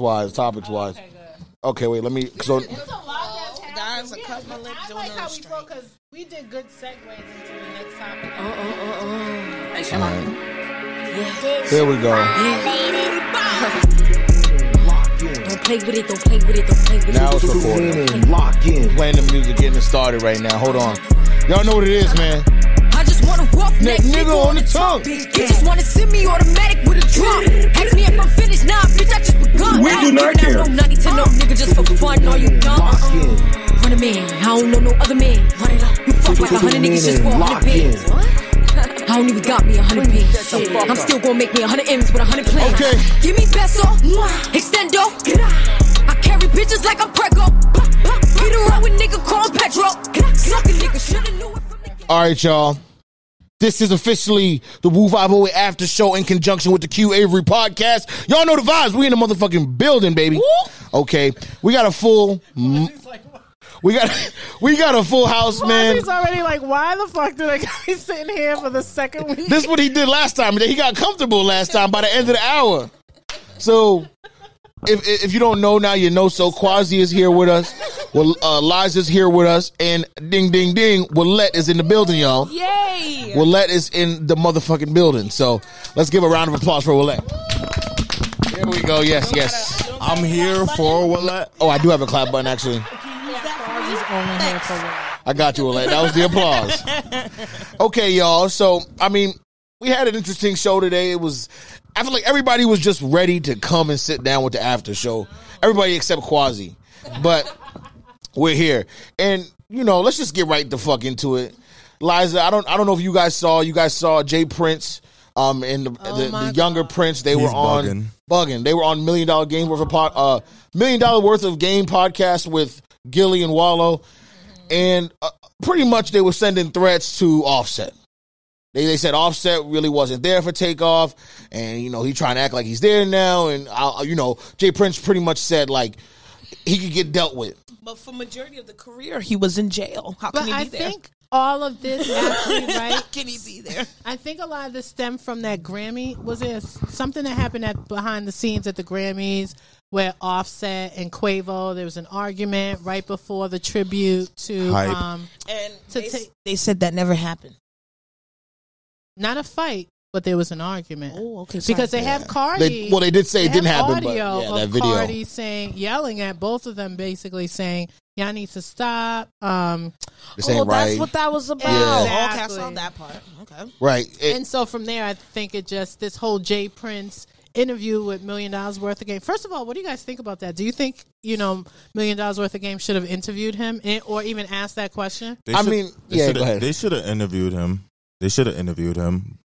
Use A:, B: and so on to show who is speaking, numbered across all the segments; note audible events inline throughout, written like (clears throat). A: wise, topics wise.
B: Okay, good.
A: Okay, wait, let me. So,
B: It's a lot that's happening.
C: There's Oh, a
B: Yeah,
C: couple
B: but
C: of lips
B: I
C: on
B: like
C: the
B: how we
C: restraint.
B: broke because we did good segues into the next topic.
D: Oh, oh, oh, oh. Hey,
A: all
D: Shema.
A: right,
D: Yeah.
A: there we go.
D: Don't play with it, don't play with it, don't play with
A: Now
D: it.
A: it's recording.
E: Lock in.
A: Playing the music, getting it started right now. Hold on. Y'all know what it is, man.
D: I just want a rough
A: Neck
D: neck
A: nigga on the tongue.
D: Bitch just wanna send me automatic with a drum. Ask me if I'm finished, nah, bitch, I just begun.
E: We
D: I
E: do
D: ain't
E: not
D: giving out
E: care.
D: No 90 to no nigga just for fun, are you dumb? Uh-uh. Run a man, I don't know no other man. Run it up. You fuck like a hundred niggas just for a
E: Lock
D: hundred bands.
E: in.
D: (laughs) I don't even got me a hundred bands. I'm still gonna make me a hundred M's with a hundred plans.
A: Okay.
D: Give me peso, extendo. I carry bitches like I'm Prego. Get around with nigga called Petro. Suck a nigga, shoulda knew it from the get
A: All right, y'all. This is officially the Woo 508 after show in conjunction with the Q Avery podcast. Y'all know the vibes. We in the motherfucking building, baby. Okay, we got a full.
B: It's like,
A: We got (laughs) we got a full house, man.
B: He's already like, why the fuck do they got me sitting here for the second week?
A: This is what he did last time. He got comfortable last time by the end of the hour. So, if if if you don't know now, you know. So Quasi is here with us. Well, uh, Liza's here with us, and ding, ding, ding. Willette is in the building, y'all.
C: Yay!
A: Willette is in the motherfucking building. So let's give a round of applause for Willette. Here we go. Yes, yes.
F: I'm here for what?
A: Oh, I do have a clap button actually. I got you, Elaine. That was the applause. Okay, y'all. So, I mean, we had an interesting show today. It was, I feel like everybody was just ready to come and sit down with the after show. Everybody except Quasi. But we're here. And, you know, let's just get right the fuck into it. Liza, I don't I don't know if you guys saw, you guys saw Jay Prince um and the, the, the younger Prince, they were
F: He's
A: on
F: bugging.
A: bugging. They were on million dollar game worth of pod, uh million dollar worth of game podcast with Gilly and Wallow, and uh, pretty much they were sending threats to Offset. They they said Offset really wasn't there for takeoff, and you know he trying to act like he's there now, and I, you know Jay Prince pretty much said like he could get dealt with.
C: But for majority of the career, he was in jail. How can
B: But
C: he be
B: I
C: there?
B: think all of this actually,
C: How
B: right?
C: can he be
B: (laughs)
C: there?
B: I think a lot of this stemmed from that Grammy. Was it something that happened at behind the scenes at the Grammys where Offset and Quavo there was an argument right before the tribute to
F: Hype.
B: um,
C: And
B: To
C: they, s-
B: take-
C: they said that never happened.
B: not a fight, but there was an argument.
C: Oh, okay. sorry.
B: because they have Cardi.
A: They, well, they did say it
B: They
A: didn't
B: have
A: happen, but
B: audio
A: yeah,
B: of
A: that video.
B: Cardi saying, yelling at both of them, basically saying, "Y'all need to stop." Um,
A: This ain't right.
C: that was about.
B: Yeah.
C: Okay, I saw
B: Exactly.
C: that part. Okay.
A: right. It-
B: and so from there, I think it just this whole Jay Prince interview with Million Dollars Worth of Game. First of all, what do you guys think about that? Do you think you know Million Dollars Worth of Game should have interviewed him and, or even asked that question?
F: They
A: I mean,
F: they
A: yeah,
F: shoulda-
A: go ahead.
F: They should have interviewed him. They should have interviewed him.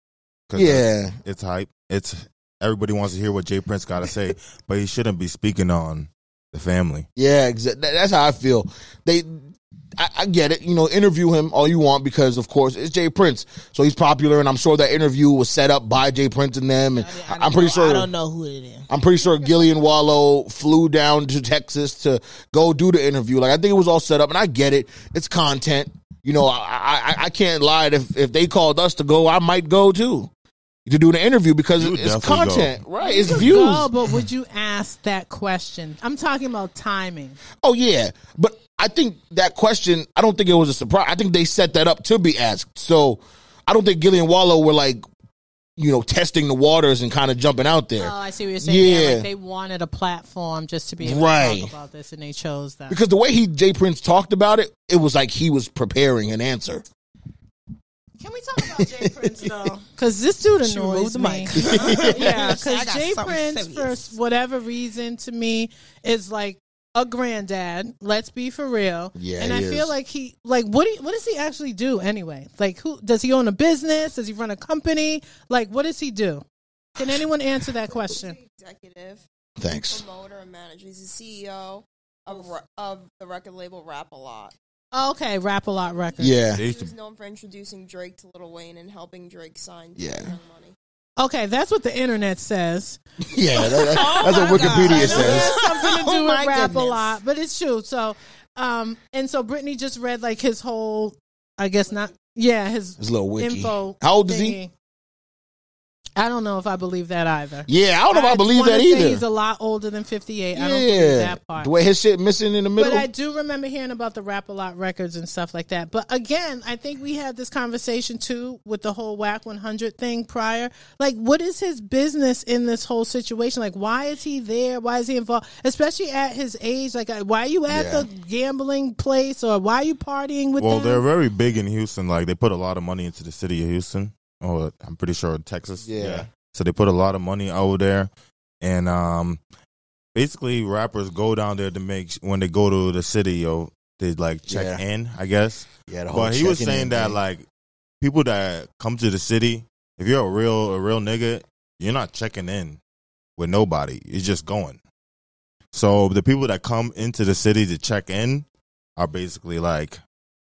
F: 'Cause
A: Yeah.
F: it's- it's hype. It's everybody wants to hear what Jay Prince got
A: (laughs)
F: to say, but he shouldn't be speaking on the family.
A: Yeah, exactly. That's how I feel. They, I, I get it. You know, interview him all you want because, of course, it's Jay Prince, so he's popular, and I'm sure that interview was set up by Jay Prince and them. And I, am pretty
C: I
A: sure.
C: don't know who it is.
A: I'm pretty sure Gillian Wallow flew down to Texas to go do the interview. Like I think it was all set up, and I get it. It's content. You know, I I, I can't lie. If if they called us to go, I might go too to do the interview because
F: You would
A: it's
F: definitely go.
A: content, right? It's
B: You
A: views.
B: go, but would you ask that question? I'm talking about timing.
A: Oh yeah, but I think that question. I don't think it was a surprise. I think they set that up to be asked. So I don't think Gillian Wallow were like, you know, testing the waters and kind of jumping out there.
B: Oh, I see what you're saying. Yeah,
A: Yeah.
B: like they wanted a platform just to be able
A: Right.
B: to talk about this, and they chose that.
A: because the way he Jay Prince talked about it, it was like he was preparing an answer.
C: Can we talk about Jay Prince though?
B: Because this dude
C: (laughs) She
B: annoys
C: removed the
B: me.
C: (laughs)
B: (laughs)
C: mic. (laughs)
B: yeah,
C: I
B: because
C: got
B: Jay
C: something
B: Prince,
C: serious.
B: for whatever reason, to me is like a granddad. Let's be for real.
A: Yeah,
B: and
A: he
B: I feel
A: is.
B: like he, like, what do you, what does he actually do anyway? Like, who does he own a business? Does he run a company? Like, what does he do? Can anyone answer that question?
G: executive,
A: Thanks.
G: promoter, and manager. He's the CEO of, Ra- of the record label Rap A Lot.
B: Oh, Okay, Rap a Lot Records.
F: (laughs)
A: Yeah, (laughs)
F: They
G: He
F: used to
G: was known for introducing Drake to Lil Wayne and helping Drake sign to
A: Yeah.
G: Young Money.
B: Okay, that's what the internet
C: (laughs)
B: says.
A: yeah. that- that-
B: Oh
A: that's what Wikipedia says.
B: something to do
C: Oh
B: with
C: my
B: rap a
C: goodness.
B: lot, but it's true. So, um, and so Brittany just read like his whole, I guess not, yeah, his
A: It's a little wiki.
B: info.
A: How old is he?
B: thingy. I don't know if I believe that either.
A: Yeah, I don't know if I believe
B: wanna
A: that
B: say
A: either.
B: He's a lot older than 58. I don't believe
A: yeah,
B: that part.
A: the way his shit missing in the middle.
B: But I do remember hearing about the Rap a Lot records and stuff like that. But again, I think we had this conversation too with the whole Whack 100 thing prior. Like, what is his business in this whole situation? Like, why is he there? Why is he involved? Especially at his age. Like, uh, why are you at
A: Yeah.
B: the gambling place or why are you partying with
F: Well,
B: them?
F: they're very big in Houston. Like they put a lot of money into the city of Houston. Oh, I'm pretty sure Texas.
A: Yeah.
F: So they put a lot of money over there, and um, basically rappers go down there to make when they go to the city or they like check
A: Yeah.
F: in, I guess.
A: yeah, the whole
F: But he was
A: checking in
F: saying that
A: thing.
F: like people that come to the city, if you're a real a real nigga, you're not checking in with nobody. You're just going. So the people that come into the city to check in are basically like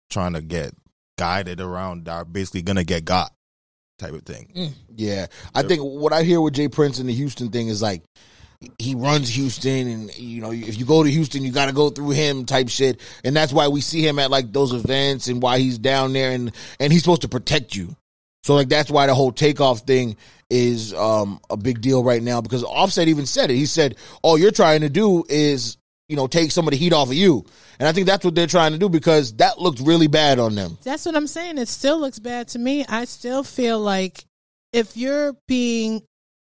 F: trying to get guided around. Are basically gonna get got type of thing.
B: Mm.
A: Yeah, I think what I hear with Jay Prince and the Houston thing is like he runs Houston, and you know if you go to Houston, you got to go through him type shit, and that's why we see him at like those events and why he's down there, and and he's supposed to protect you. So like that's why the whole takeoff thing is um a big deal right now because Offset even said it. He said all you're trying to do is you know take some of the heat off of you, and I think that's what they're trying to do because that looked really bad on them.
B: That's what I'm saying. It still looks bad to me. I still feel like if you're being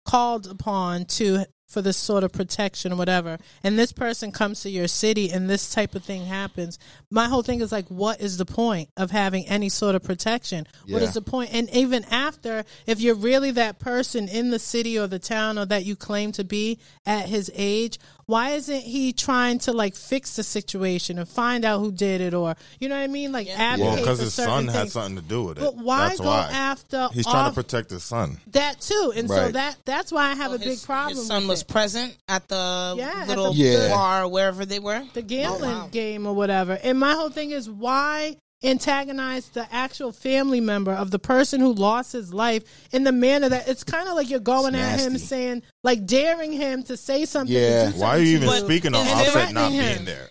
B: called upon to for this sort of protection or whatever, and this person comes to your city and this type of thing happens, my whole thing is like, what is the point of having any sort of protection? What
A: Yeah.
B: is the point? And even after, if you're really that person in the city or the town or that you claim to be at his age, why isn't he trying to like fix the situation and find out who did it or you know what I mean? Like advocate
F: Well, because
B: for
F: his
B: certain
F: son had
B: things.
F: something to do with it.
B: But why
F: That's
B: go
F: why.
B: after
F: He's trying
B: off-
F: to protect his son.
B: that too, and so
A: Right.
B: that that's why I have a
C: His-
B: big problem.
C: His son
B: with
C: was
B: it.
C: present at the
B: Yeah, at
C: little
B: the-
A: Yeah.
C: bar, wherever they were.
B: the gambling
C: Oh, wow.
B: game or whatever. And my whole thing is why antagonize the actual family member of the person who lost his life in the manner that it's kind of like you're going
A: It's
B: at him
A: nasty.
B: saying like daring him to say something.
A: Yeah.
B: to do
F: Why are you even
B: something to
F: speaking on
C: is
F: Offset
B: threatening
F: not
B: him.
F: being there?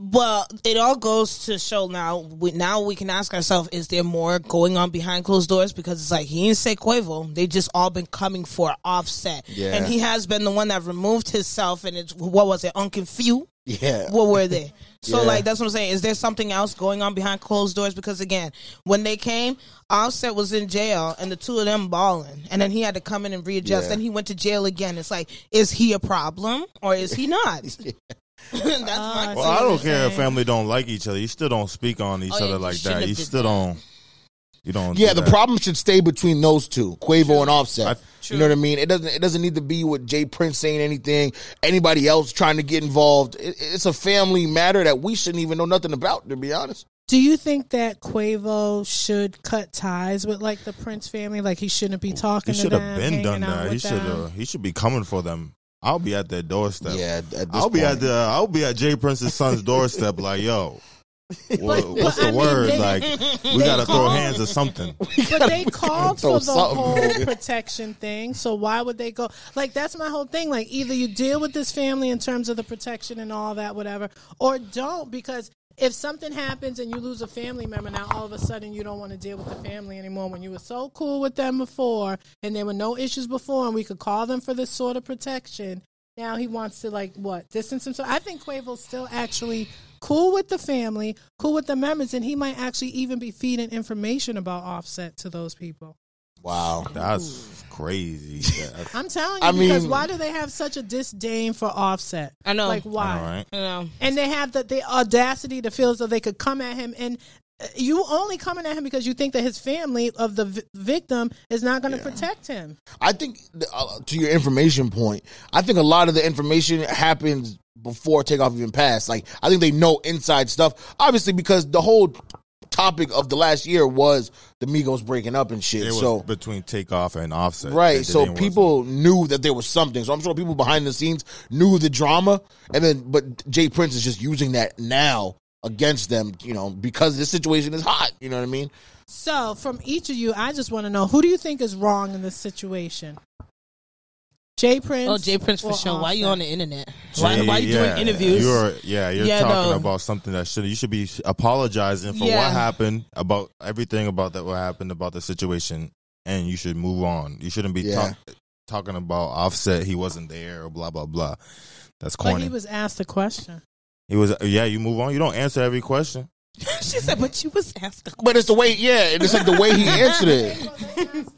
C: Well, it all goes to show now. We, now we can ask ourselves: Is there more going on behind closed doors? Because it's like he didn't say Quavo; they just all been coming for Offset,
A: Yeah.
C: and he has been the one that removed himself. And it's what was it, Uncle Few?
A: Yeah,
C: What were they? So
A: Yeah.
C: like that's what I'm saying. Is there something else going on behind closed doors? Because again, when they came, Offset was in jail, and the two of them balling, and then he had to come in and readjust.
A: Yeah.
C: Then
A: (laughs)
C: he went to jail again. It's like, is he a problem or is he not? that's
B: I
C: my
B: see
F: Well, I
B: what
F: don't
B: you're
F: care if
B: saying.
F: family don't like each other. You still don't speak on each
C: Oh, yeah,
F: other
C: you
F: like that.
C: shouldn't
F: You
C: have did
F: still
C: that.
F: don't. You don't.
A: Yeah,
F: do
A: the
F: that.
A: problem should stay between those two, Quavo and Offset.
F: I-
A: you know what I mean? It doesn't. It doesn't need to be with Jay Prince saying anything. Anybody else trying to get involved? It, it's a family matter that we shouldn't even know nothing about. To be honest,
B: Do you think that Quavo should cut ties with like the Prince family? Like he shouldn't be talking
F: He
B: to
F: should
B: them.
F: have been done
B: hanging out
F: that. He
B: with
F: should.
B: them?
F: Uh, he should be coming for them. I'll be at their doorstep.
A: Yeah, at this
F: I'll be
A: point.
F: at the. I'll be at Jay Prince's son's doorstep.
A: (laughs)
F: Like, yo, wha-
B: But- but
F: what's
B: (laughs)
F: the
B: I mean,
F: word?
B: they-
F: like, we gotta throw
B: call-
F: hands
B: (laughs)
F: or something.
B: but
A: (laughs)
B: they called
A: throw
B: for the
A: something,
B: whole
A: nigga.
B: protection thing. So why would they go? Like that's my whole thing. Like either you deal with this family in terms of the protection and all that, whatever, or don't because. If something happens and you lose a family member, now all of a sudden you don't want to deal with the family anymore. When you were so cool with them before, and there were no issues before, and we could call them for this sort of protection, now he wants to like what distance himself. I think Quavo's still actually cool with the family, cool with the members, and he might actually even be feeding information about Offset to those people.
A: wow.
F: That's crazy. Yeah,
B: (laughs) I'm telling you,
A: I
B: because
A: mean-
B: why do they have such a disdain for Offset?
C: I know.
B: like why?
F: all right.
C: You know.
B: And they have the, the audacity to feel as though they could come at him and. uh, You only coming at him because you think that his family of the vi- victim is not going to protect him.
A: I think the- uh, to your information point, I think a lot of the information happens before takeoff even passed. Like I think they know inside stuff, obviously because the whole topic of the last year was the Migos breaking up and shit.
F: It was
A: so
F: between takeoff and offset, that
A: right
F: they
A: so
F: didn't want
A: people knew that there was something so i'm sure people behind the scenes knew the drama and then but jay prince is just using that now against them you know because this situation is hot you know what i mean
B: So, from each of you, I just want to know who do you think is wrong in this situation? Jay Prince.
C: Oh, Jay Prince for
B: or
C: sure. Why you
B: Offset?
C: on the
A: (laughs)
C: internet? Why,
F: Jay,
C: why you
F: yeah,
C: doing interviews?
F: You're yeah, you're
C: Yeah,
F: talking
C: no.
F: about something that should you should be apologizing for
C: Yeah.
F: what happened about everything about that what happened about the situation and you should move on. You shouldn't be
A: Yeah.
F: talk- talking about Offset. He wasn't there or blah blah blah. That's
B: But
F: corny.
B: he was asked a question.
F: he was yeah. You move on. You don't answer every question.
C: she said, but she was asked.
A: But it's the way, yeah, and it's like the way he answered
F: (laughs)
A: it.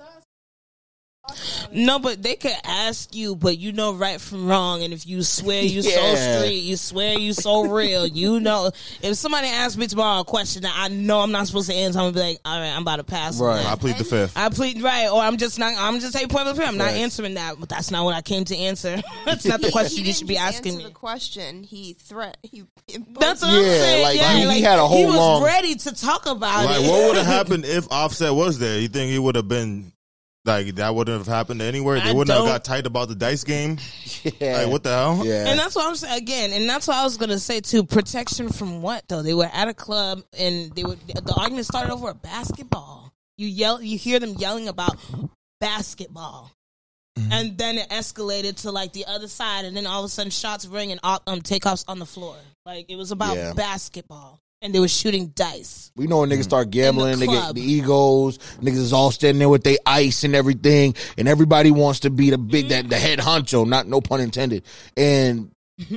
C: No, but they could ask you, but you know right from wrong. And if you swear you
A: Yeah.
C: so straight, you swear you so real, you know. If somebody asks me tomorrow a question that I know I'm not supposed to answer, I'm gonna be like, all right, I'm about to pass. on
A: Right.
F: I
C: that.
F: plead the fifth.
C: I plead right, or I'm just not. I'm just saying point blank. period. I'm not
A: Right.
C: answering that. But that's not what I came to answer. (laughs) that's
A: (laughs)
C: not the question you
G: didn't
C: should be
G: just
C: asking
G: answer
C: me.
G: The question he threat he. imposed-
C: That's what I'm
A: Yeah,
C: saying.
A: like,
C: yeah,
A: he- he had a whole
C: he was
A: long-
C: ready to talk about
F: Like,
C: it.
F: what would have happened if Offset was there? You think he would have been like that? Wouldn't have happened anywhere. They
C: I
F: wouldn't have
C: don't-
F: got tight about the dice game.
A: Yeah.
F: Like, what the hell?
A: yeah.
C: And that's what I'm saying again, and that's what I was gonna say too. Protection from what though? They were at a club, and they were the argument started over a basketball. You yell, you hear them yelling about basketball, and then it escalated to like the other side, and then all of a sudden shots ring and op- um takeoffs on the floor. Like it was about
A: Yeah.
C: basketball, and they were shooting dice.
A: We know when niggas start gambling,
C: In the
A: they get
C: club.
A: the egos, niggas is all standing there with they ice and everything, and everybody wants to be the big that the head honcho, not no pun intended. And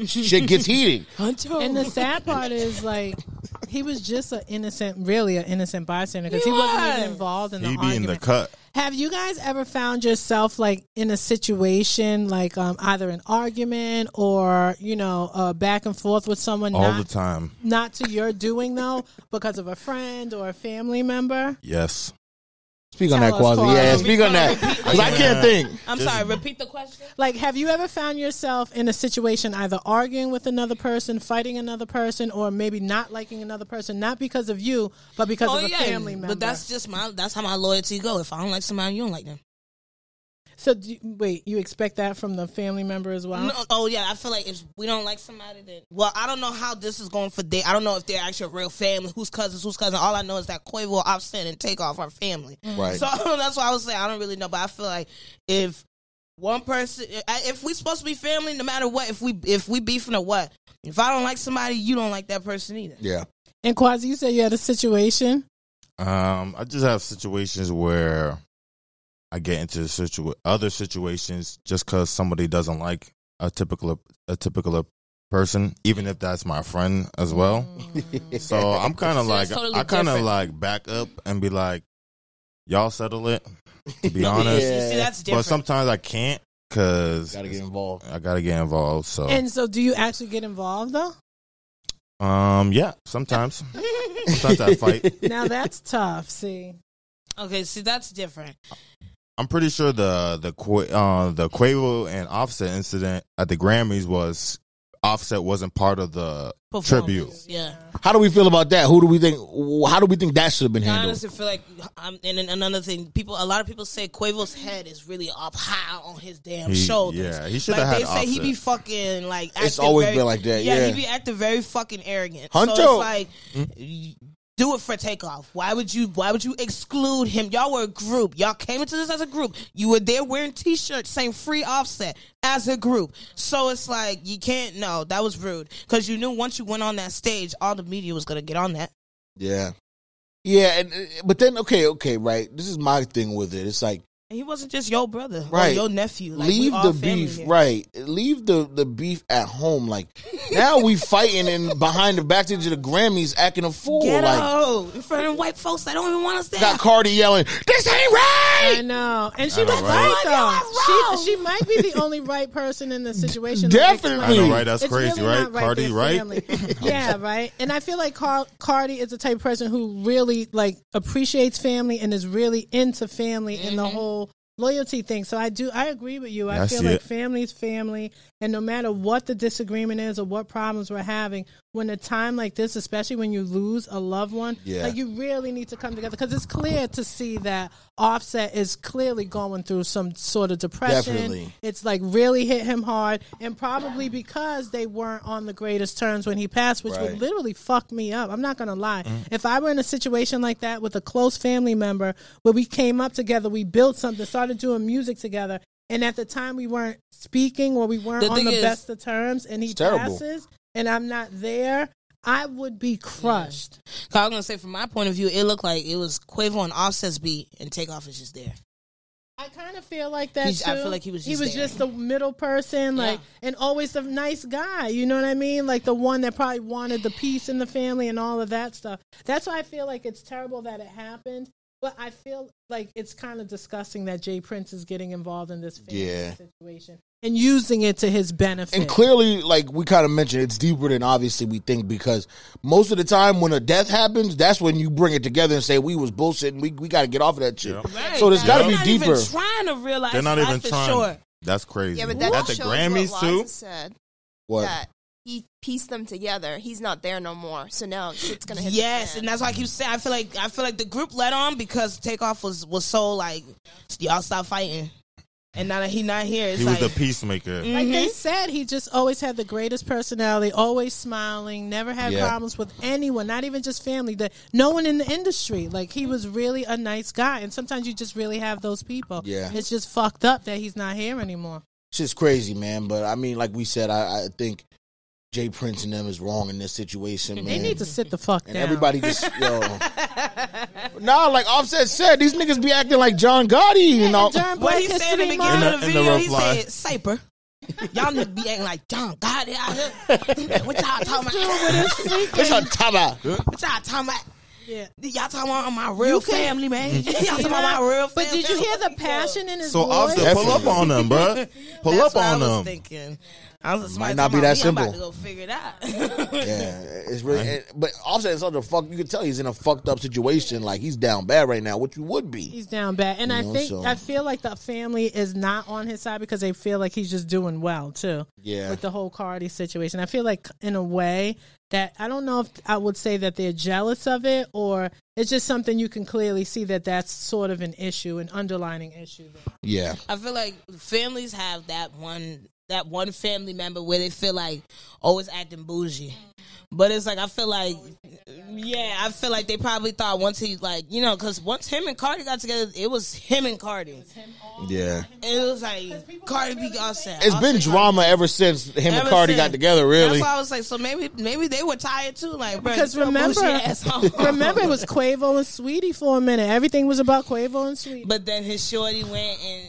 A: shit gets heated.
B: And the sad part is, like, he was just an innocent, really an innocent bystander because he,
C: He
B: wasn't
C: was.
B: even involved in the
F: He be in
B: argument.
F: the cut.
B: Have you guys ever found yourself like in a situation like um, either an argument or you know uh, back and forth with someone
F: all the
B: not
F: time.
B: not to your doing though (laughs) because of a friend or a family member?
F: Yes.
A: Speak on
B: Tell
A: that,
B: us,
A: Quasi.
B: Quasi.
A: Yeah, speak on that. 'Cause I can't think.
C: I'm sorry. Repeat the question.
B: Like, have you ever found yourself in a situation either arguing with another person, fighting another person, or maybe not liking another person, not because of you, but because of a family member?
C: Oh, but that's just my that's how my loyalty go. If I don't like somebody, you don't like them.
B: so. Do you, wait, you expect that from the family member as well?
C: No, oh yeah, I feel like if we don't like somebody, then well, I don't know how this is going for date. I don't know if they're actually a real family, who's cousins, who's cousin. All I know is that Quavo, Offset, and Takeoff are family.
A: Right.
C: So (laughs) that's why I was saying I don't really know, but I feel like if one person, I- if we supposed to be family, no matter what, if we if we beefing or what, if I don't like somebody, you don't like that person either.
A: (laughs) Yeah.
B: And Quasi, you said you had a situation.
F: Um, I just have situations where I get into situa- other situations just because somebody doesn't like a typical a typical person, even if that's my friend as well.
C: (laughs)
F: So I'm kind of
C: Mm-hmm. So
F: like
C: it's totally
F: I kind of
C: different.
F: like back up and be like, "Y'all settle it." To
C: (laughs)
F: be honest,
A: Yeah.
C: You see, that's
F: but
C: different.
F: sometimes I can't because
A: Gotta get involved.
F: I gotta get involved. So
B: And so, do you actually get involved though?
F: um, yeah,
C: (laughs)
F: sometimes sometimes I fight. (laughs)
B: Now that's tough. See,
C: okay, see, that's different.
F: I'm pretty sure the the Qua- uh, the Quavo and Offset incident at the Grammys was Offset wasn't part of the tribute.
C: Performance, yeah.
A: How do we feel about that? Who do we think? How do we think that should have been
C: I
A: handled?
C: honestly feel like, um, and then another thing, people, a lot of people say Quavo's head is really up high on his damn
F: He-
C: shoulders.
F: yeah, he shoulda
C: Like,
F: had
C: They say he
F: Offset.
C: be fucking like. Acting
A: always
C: very,
A: been like that, yeah.
C: he be acting very fucking arrogant. So
A: Huncho.
C: it's like,
F: Hmm?
C: y- do it for takeoff. Why would you? Why would you exclude him? Y'all were a group. Y'all came into this as a group. You were there wearing t-shirts saying "Free Offset" as a group. So it's like you can't. No, that was rude because you knew once you went on that stage, all the media was gonna get on that.
A: Yeah. Yeah, and, uh, but then okay, okay, right. This is my thing with it. It's like
C: And he wasn't just your brother
A: Right.
C: or your nephew. Like,
A: leave
C: we all
A: the
C: family
A: beef,
C: here.
A: right? Leave the the beef at home. Like now we fighting and behind the backstage of the Grammys acting a fool.
C: Get
A: like
C: out in front of white folks that don't even want us there.
A: got Cardi yelling, "This ain't
B: I
A: right."
B: know, and she
F: know,
B: was
F: right? Oh
B: right,
C: You're
B: though.
C: wrong.
B: She she might be the only right person in the situation.
A: Definitely.
F: I know, right? That's
B: It's
F: crazy,
B: really
F: right?
B: not
F: Cardi,
B: their
F: right?
B: family.
F: (laughs)
B: yeah, right. And I feel like Car- Cardi is the type of person who really like appreciates family and is really into family and the whole loyalty thing. So I do I agree with you. I
F: I
B: feel
F: see
B: like
F: it.
B: family is family and no matter what the disagreement is or what problems we're having, when a time like this, especially when you lose a loved one,
A: Yeah.
B: like you really need to come together because it's clear to see that Offset is clearly going through some sort of depression.
A: Definitely.
B: It's like really hit him hard, and probably because they weren't on the greatest terms when he passed, which
A: Right. Mm-hmm.
B: would literally fuck me up. I'm not gonna lie. If I were in a situation like that with a close family member where we came up together, we built something, started doing music together, and at the time we weren't speaking or we weren't
C: The
B: on
C: thing
B: the
C: is-
B: best of terms, and he
A: It's terrible.
B: passes, and I'm not there, I would be crushed.
C: 'Cause I was gonna say, from my point of view, it looked like it was Quavo and Offset's beat, and Takeoff is just there.
B: I kind of feel like that
C: He's-
B: too.
C: I feel like he was
B: he
C: just
B: was
C: there.
B: just the middle person, like, and always the nice guy. You know what I mean? Like the one that probably wanted the peace in the family and all of that stuff. That's why I feel like it's terrible that it happened. But I feel like it's kind of disgusting that Jay Prince is getting involved in this family
A: Yeah.
B: situation and using it to his benefit.
A: And clearly, like we kind of mentioned, it's deeper than obviously we think because most of the time when a death happens, that's when you bring it together and say we was bullshit and we, we got to get off of that shit.
F: Yeah.
A: So there's got to
C: They're
A: be
C: not
A: deeper.
C: Even trying to realize
F: They're not
C: life
F: even
C: is
F: trying.
C: short.
F: That's crazy.
G: Yeah, but that
F: At the
G: just shows
F: Grammys
G: what
F: too.
G: Liza said
A: what?
G: that he pieced them together. He's not there no more, so now shit's gonna hit. the
C: Yes,
G: fan.
C: and that's why I keep saying I feel like I feel like the group let on because Takeoff was was so like y'all stop fighting, and now that he not here, it's
F: He was
C: like
F: the peacemaker.
B: Like they said, he just always had the greatest personality, always smiling, never had
A: Yeah.
B: problems with anyone, not even just family, that no one in the industry. Like he was really a nice guy, and sometimes you just really have those people.
A: Yeah.
B: it's just fucked up that he's not here anymore.
A: Shit's crazy, man. But I mean, like we said, I, I think Jay Prince and them is wrong in this situation, man.
B: They need to sit the fuck
A: and
B: down.
A: everybody just
C: (laughs)
A: yo. nah, like Offset said, these niggas be acting like John Gotti, you know.
B: And during
C: what
B: Black
C: he said in
B: History
C: the beginning
B: Month,
F: In
C: of
F: the-
C: the
F: in the
C: video. he
F: reply.
C: said, "Saper, y'all need to be acting like John God out here. (laughs) what y'all talking about?
A: (laughs) It's a taba.
C: What y'all talking about?"
B: Yeah.
C: Y'all talking about my real
B: can- (laughs)
C: family, man. Y'all talking about my real family.
B: But did you hear the passion in his
F: So
B: voice?
F: Offset, pull up on them, bruh. Pull up
C: That's what
F: on
C: I was
F: them.
C: Thinking. I was
A: Might
C: somebody
A: not
C: talking
A: be that
C: about me, I'm
A: simple.
C: about to go figure it
A: (laughs)
C: out.
A: Yeah, it's really. it- but Offset is such a fuck. You can tell he's in a fucked up situation. Like he's down bad right now, which you would be.
B: He's down bad, and I
A: know,
B: think
A: so-
B: I feel like the family is not on his side because they feel like he's just doing well too.
A: Yeah.
B: with the whole Cardi situation, I feel like in a way that I don't know if I would say that they're jealous of it or it's just something you can clearly see that that's sort of an issue, an underlining issue. There.
A: Yeah,
C: I feel like families have that one that one family member where they feel like always acting bougie. But it's like I feel like, yeah, I feel like they probably thought once he like you know because once him and Cardi got together, it was him and Cardi.
A: yeah.
C: It was like Cardi B Offset.
A: It's been
C: Offset,
A: drama ever since him and
C: Ever
A: Cardi
C: since.
A: got together. Really,
C: That's why I was like, so maybe maybe they were tired too, like bruh,
B: Because
C: get your
B: remember- (laughs)
C: bougie ass off.
B: Remember, it was Quavo and Sweetie for a minute. Everything was about Quavo and
C: (laughs)
B: Sweetie.
C: But then his shorty went and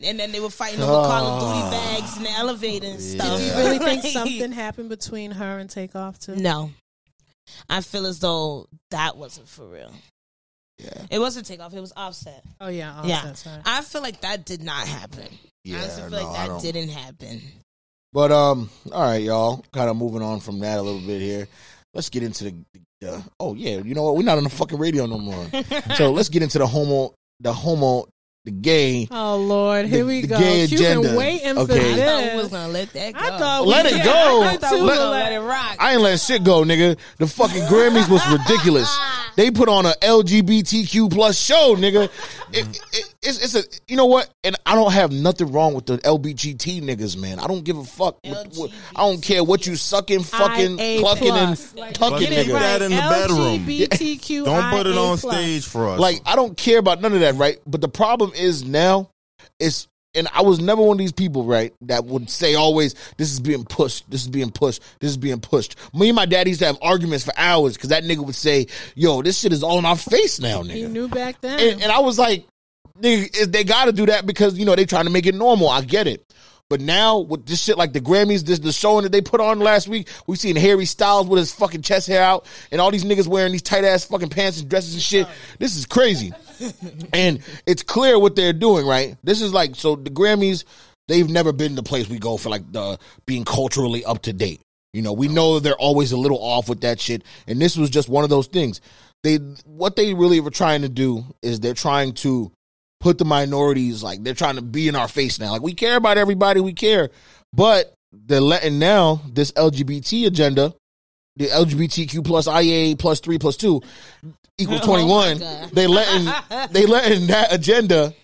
C: and then they were fighting
A: Ah.
C: over Call of Duty bags in the elevator and stuff.
B: Do you really
C: (laughs)
B: think
C: Like-
B: something happened between her and Takeoff too?
C: No. I feel as though that wasn't for real. Yeah. It wasn't takeoff, it was offset.
B: Oh yeah, Offset,
C: yeah.
B: sorry.
C: I feel like that did not happen. I
A: yeah.
C: honestly feel
A: no,
C: like
A: I
C: that
A: don't.
C: didn't happen.
A: But um, all right, y'all. Kind of moving on from that a little bit here. Let's get into the. Uh, oh yeah, you know what? We're not on the fucking radio no more. so let's get into the homo, the homo, the gay.
B: Oh Lord, here
A: The-
B: we
A: the
B: go.
A: gay
B: You've been
A: agenda.
B: waiting for
A: Okay. I
C: I thought we was
B: this.
C: gonna let that go.
B: I thought
A: Let
B: we-
A: it
B: yeah,
A: go.
B: I thought we
C: we
B: were
C: was
A: Let-
B: gonna
C: gonna
B: let
C: let it rock.
A: I ain't let shit go, nigga. The fucking Grammys was ridiculous. They put on a LGBTQ plus show, nigga. It, it, it's, it's a you know what? And I don't have nothing wrong with the LBGT niggas, man. I don't give a fuck. What- what- I don't care what you sucking, fucking,
B: IA+.
A: clucking,
B: Like,
A: and tucking,
F: get it
A: nigga.
F: right. that in the bedroom.
B: LGBTQIA+.
F: Don't put it on stage for us.
A: Like I don't care about none of that, right? But the problem is now, it's and I was never one of these people, right, that would say always this is being pushed, this is being pushed, this is being pushed. Me and my dad used to have arguments for hours because that nigga would say, "Yo, this shit is all in our face now,
B: He
A: nigga,"
B: knew back then.
A: and, and I was like, "Nigga, is- they got to do that because you know they trying to make it normal." I get it. But now with this shit like the Grammys, this the showing that they put on last week, we seen Harry Styles with his fucking chest hair out, and all these niggas wearing these tight ass fucking pants and dresses and shit. This is crazy and it's clear what they're doing, right? This is like so the Grammys, they've never been the place we go for like the being culturally up to date. You know, we know they're always a little off with that shit, and this was just one of those things. They what they really were trying to do is they're trying to put the minorities like they're trying to be in our face now. Like we care about everybody, we care, but they're letting now this LGBT agenda, the LGBTQ plus IA plus three plus two equals twenty one.
C: God.
A: they letting they letting that agenda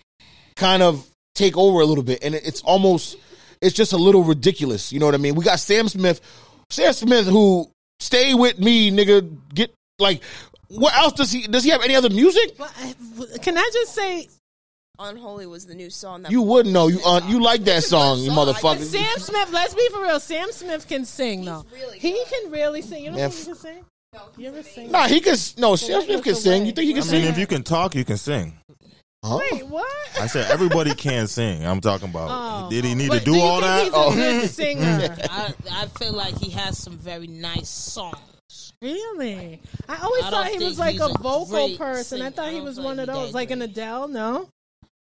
A: kind of take over a little bit, and it- it's almost it's just a little ridiculous. You know what I mean? We got Sam Smith, Sam Smith, who stay with me, nigga. Get like. What else does he does he have any other music?
B: But I- Can I just say,
G: Unholy was the new song that
A: You would know you uh, you like that song, you motherfucker.
B: Sam Smith, let's be for real. Sam Smith can sing, though.
G: really
B: he can really sing. You know
A: Man,
B: what he can sing? You ever sing?
A: Nah, he can. s- No, Sam
B: that
A: Smith
B: goes
A: can
B: away.
A: sing. You think he can
F: I mean,
A: sing?
F: if you can talk, you can sing.
A: Huh?
B: Wait, what?
F: I said everybody can sing. I'm talking about.
B: Oh.
F: did he need
B: But
F: to do,
B: you
F: all
B: think
F: that?
B: He's a
A: Oh.
B: good singer.
F: (laughs)
C: I, I feel like he has some very nice songs.
B: really? I always
C: I don't
B: thought he was
C: think
B: like
C: he's
B: a
C: a
B: vocal
C: great
B: person. I
C: singer.
B: thought
C: I
B: he
C: don't
B: was
C: think
B: one of
C: he's that
B: those, like an
C: great.
B: Adele. No.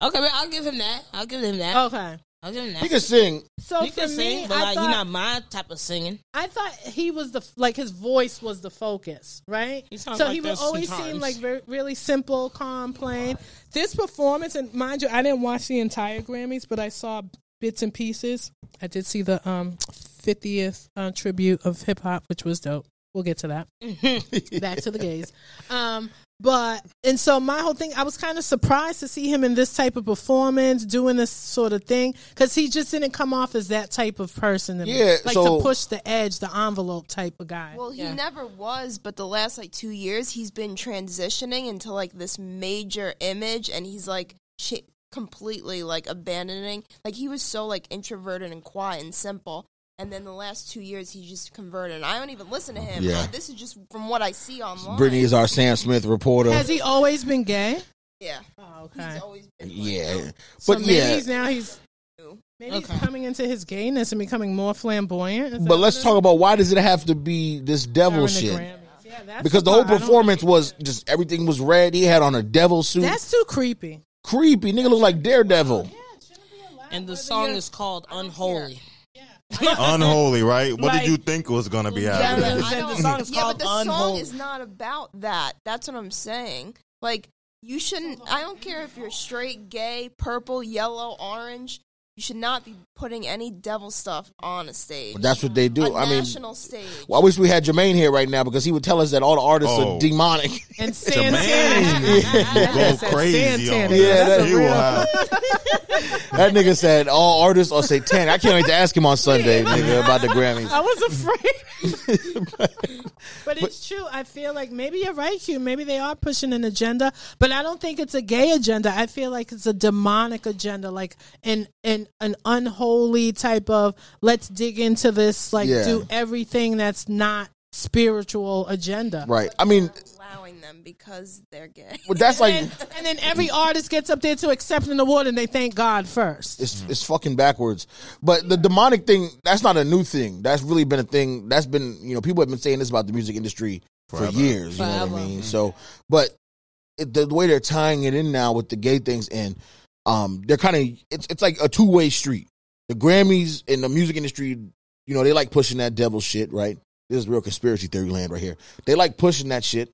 C: Okay, well, I'll give him that. I'll give him that.
B: Okay.
C: I'll give him that.
A: He can sing.
B: So
C: He
B: for me,
C: can sing, but
B: I
C: like
B: thought,
C: he not my type of singing.
B: I thought he was the like his voice was the focus, right?
E: He
B: so
E: sounds
B: he
E: like
B: would
E: this
B: always
E: sometimes.
B: seem like very, really simple, calm, plain. This performance, and mind you, I didn't watch the entire Grammys, but I saw bits and pieces. I did see the um 50th uh, tribute of hip hop, which was dope. We'll get to that. Back to the gays. Um, but and so my whole thing, I was kind of surprised to see him in this type of performance, doing this sort of thing, because he just didn't come off as that type of person. To me.
A: Yeah,
B: like
A: so-
B: to push the edge, the envelope type of guy.
G: Well, he never was, but the last like two years, he's been transitioning into like this major image, and he's like sh- completely like abandoning. Like he was so like introverted and quiet and simple, and then the last two years, he just converted. And I don't even listen to him.
A: Yeah.
G: Uh, this is just from what I see online.
A: Brittany is our Sam Smith reporter.
B: Has he always been gay?
G: yeah,
B: Oh,
G: he's
B: okay.
G: always been like,
A: yeah,
B: So
A: but
B: maybe
A: yeah.
B: he's now he's
G: new.
B: maybe he's coming into his gayness and becoming more flamboyant. Is that
A: But let's
B: what
A: talk about why does it have to be this
B: it
A: devil
B: is? During the
A: shit?
B: Grammys. Yeah, that's
A: Because the whole
B: part I don't-
A: performance was just everything was red. He had on a devil suit.
B: That's too creepy.
A: creepy. Nigga look like Daredevil.
C: And the song is called Unholy.
F: Unholy, right? What
C: Like-
F: did you think was gonna be
C: Yeah, (laughs)
F: happening?
C: I
G: I
C: said the
G: don't-
C: song is
G: yeah,
C: called
G: but the song
C: Unholy.
G: is not about that. That's what I'm saying. Like you shouldn't. I don't care if you're straight, gay, purple, yellow, orange. You should not be putting any devil stuff on a stage.
A: That's what they
G: a
A: do. I mean,
G: national stage.
A: well, I wish we had Jermaine here right now because he would tell us that all the artists
F: Oh.
A: are demonic. (laughs)
B: And
F: Man,
B: Santana. (laughs)
F: go
B: that
F: crazy on
B: Santana.
F: that.
A: Yeah, that's
F: he
A: a
F: will
A: real-
F: have.
A: that nigga said all artists are satanic. I can't wait to ask him on Sunday, nigga, about the Grammys.
B: I was afraid. (laughs) but it's true. I feel like maybe you're right, Hugh. Maybe they are pushing an agenda, but I don't think it's a gay agenda. I feel like it's a demonic agenda, like an an an unholy type of let's dig into this, like
A: Yeah.
B: do everything that's not spiritual agenda.
A: Right. I mean,
G: allowing them because they're gay.
A: but that's like
B: And, and then every artist gets up there to accept an award and they thank God first.
A: it's it's fucking backwards. But the demonic thing, that's not a new thing. That's really been a thing. That's been you know people have been saying this about the music industry for
F: Forever.
A: years. You know what I
C: Forever.
A: mean? So, but it, the way they're tying it in now with the gay things and um, they're kind of it's it's like a two way street. The Grammys and the music industry, you know, they like pushing that devil shit, right? This is real conspiracy theory land right here. They like pushing that shit.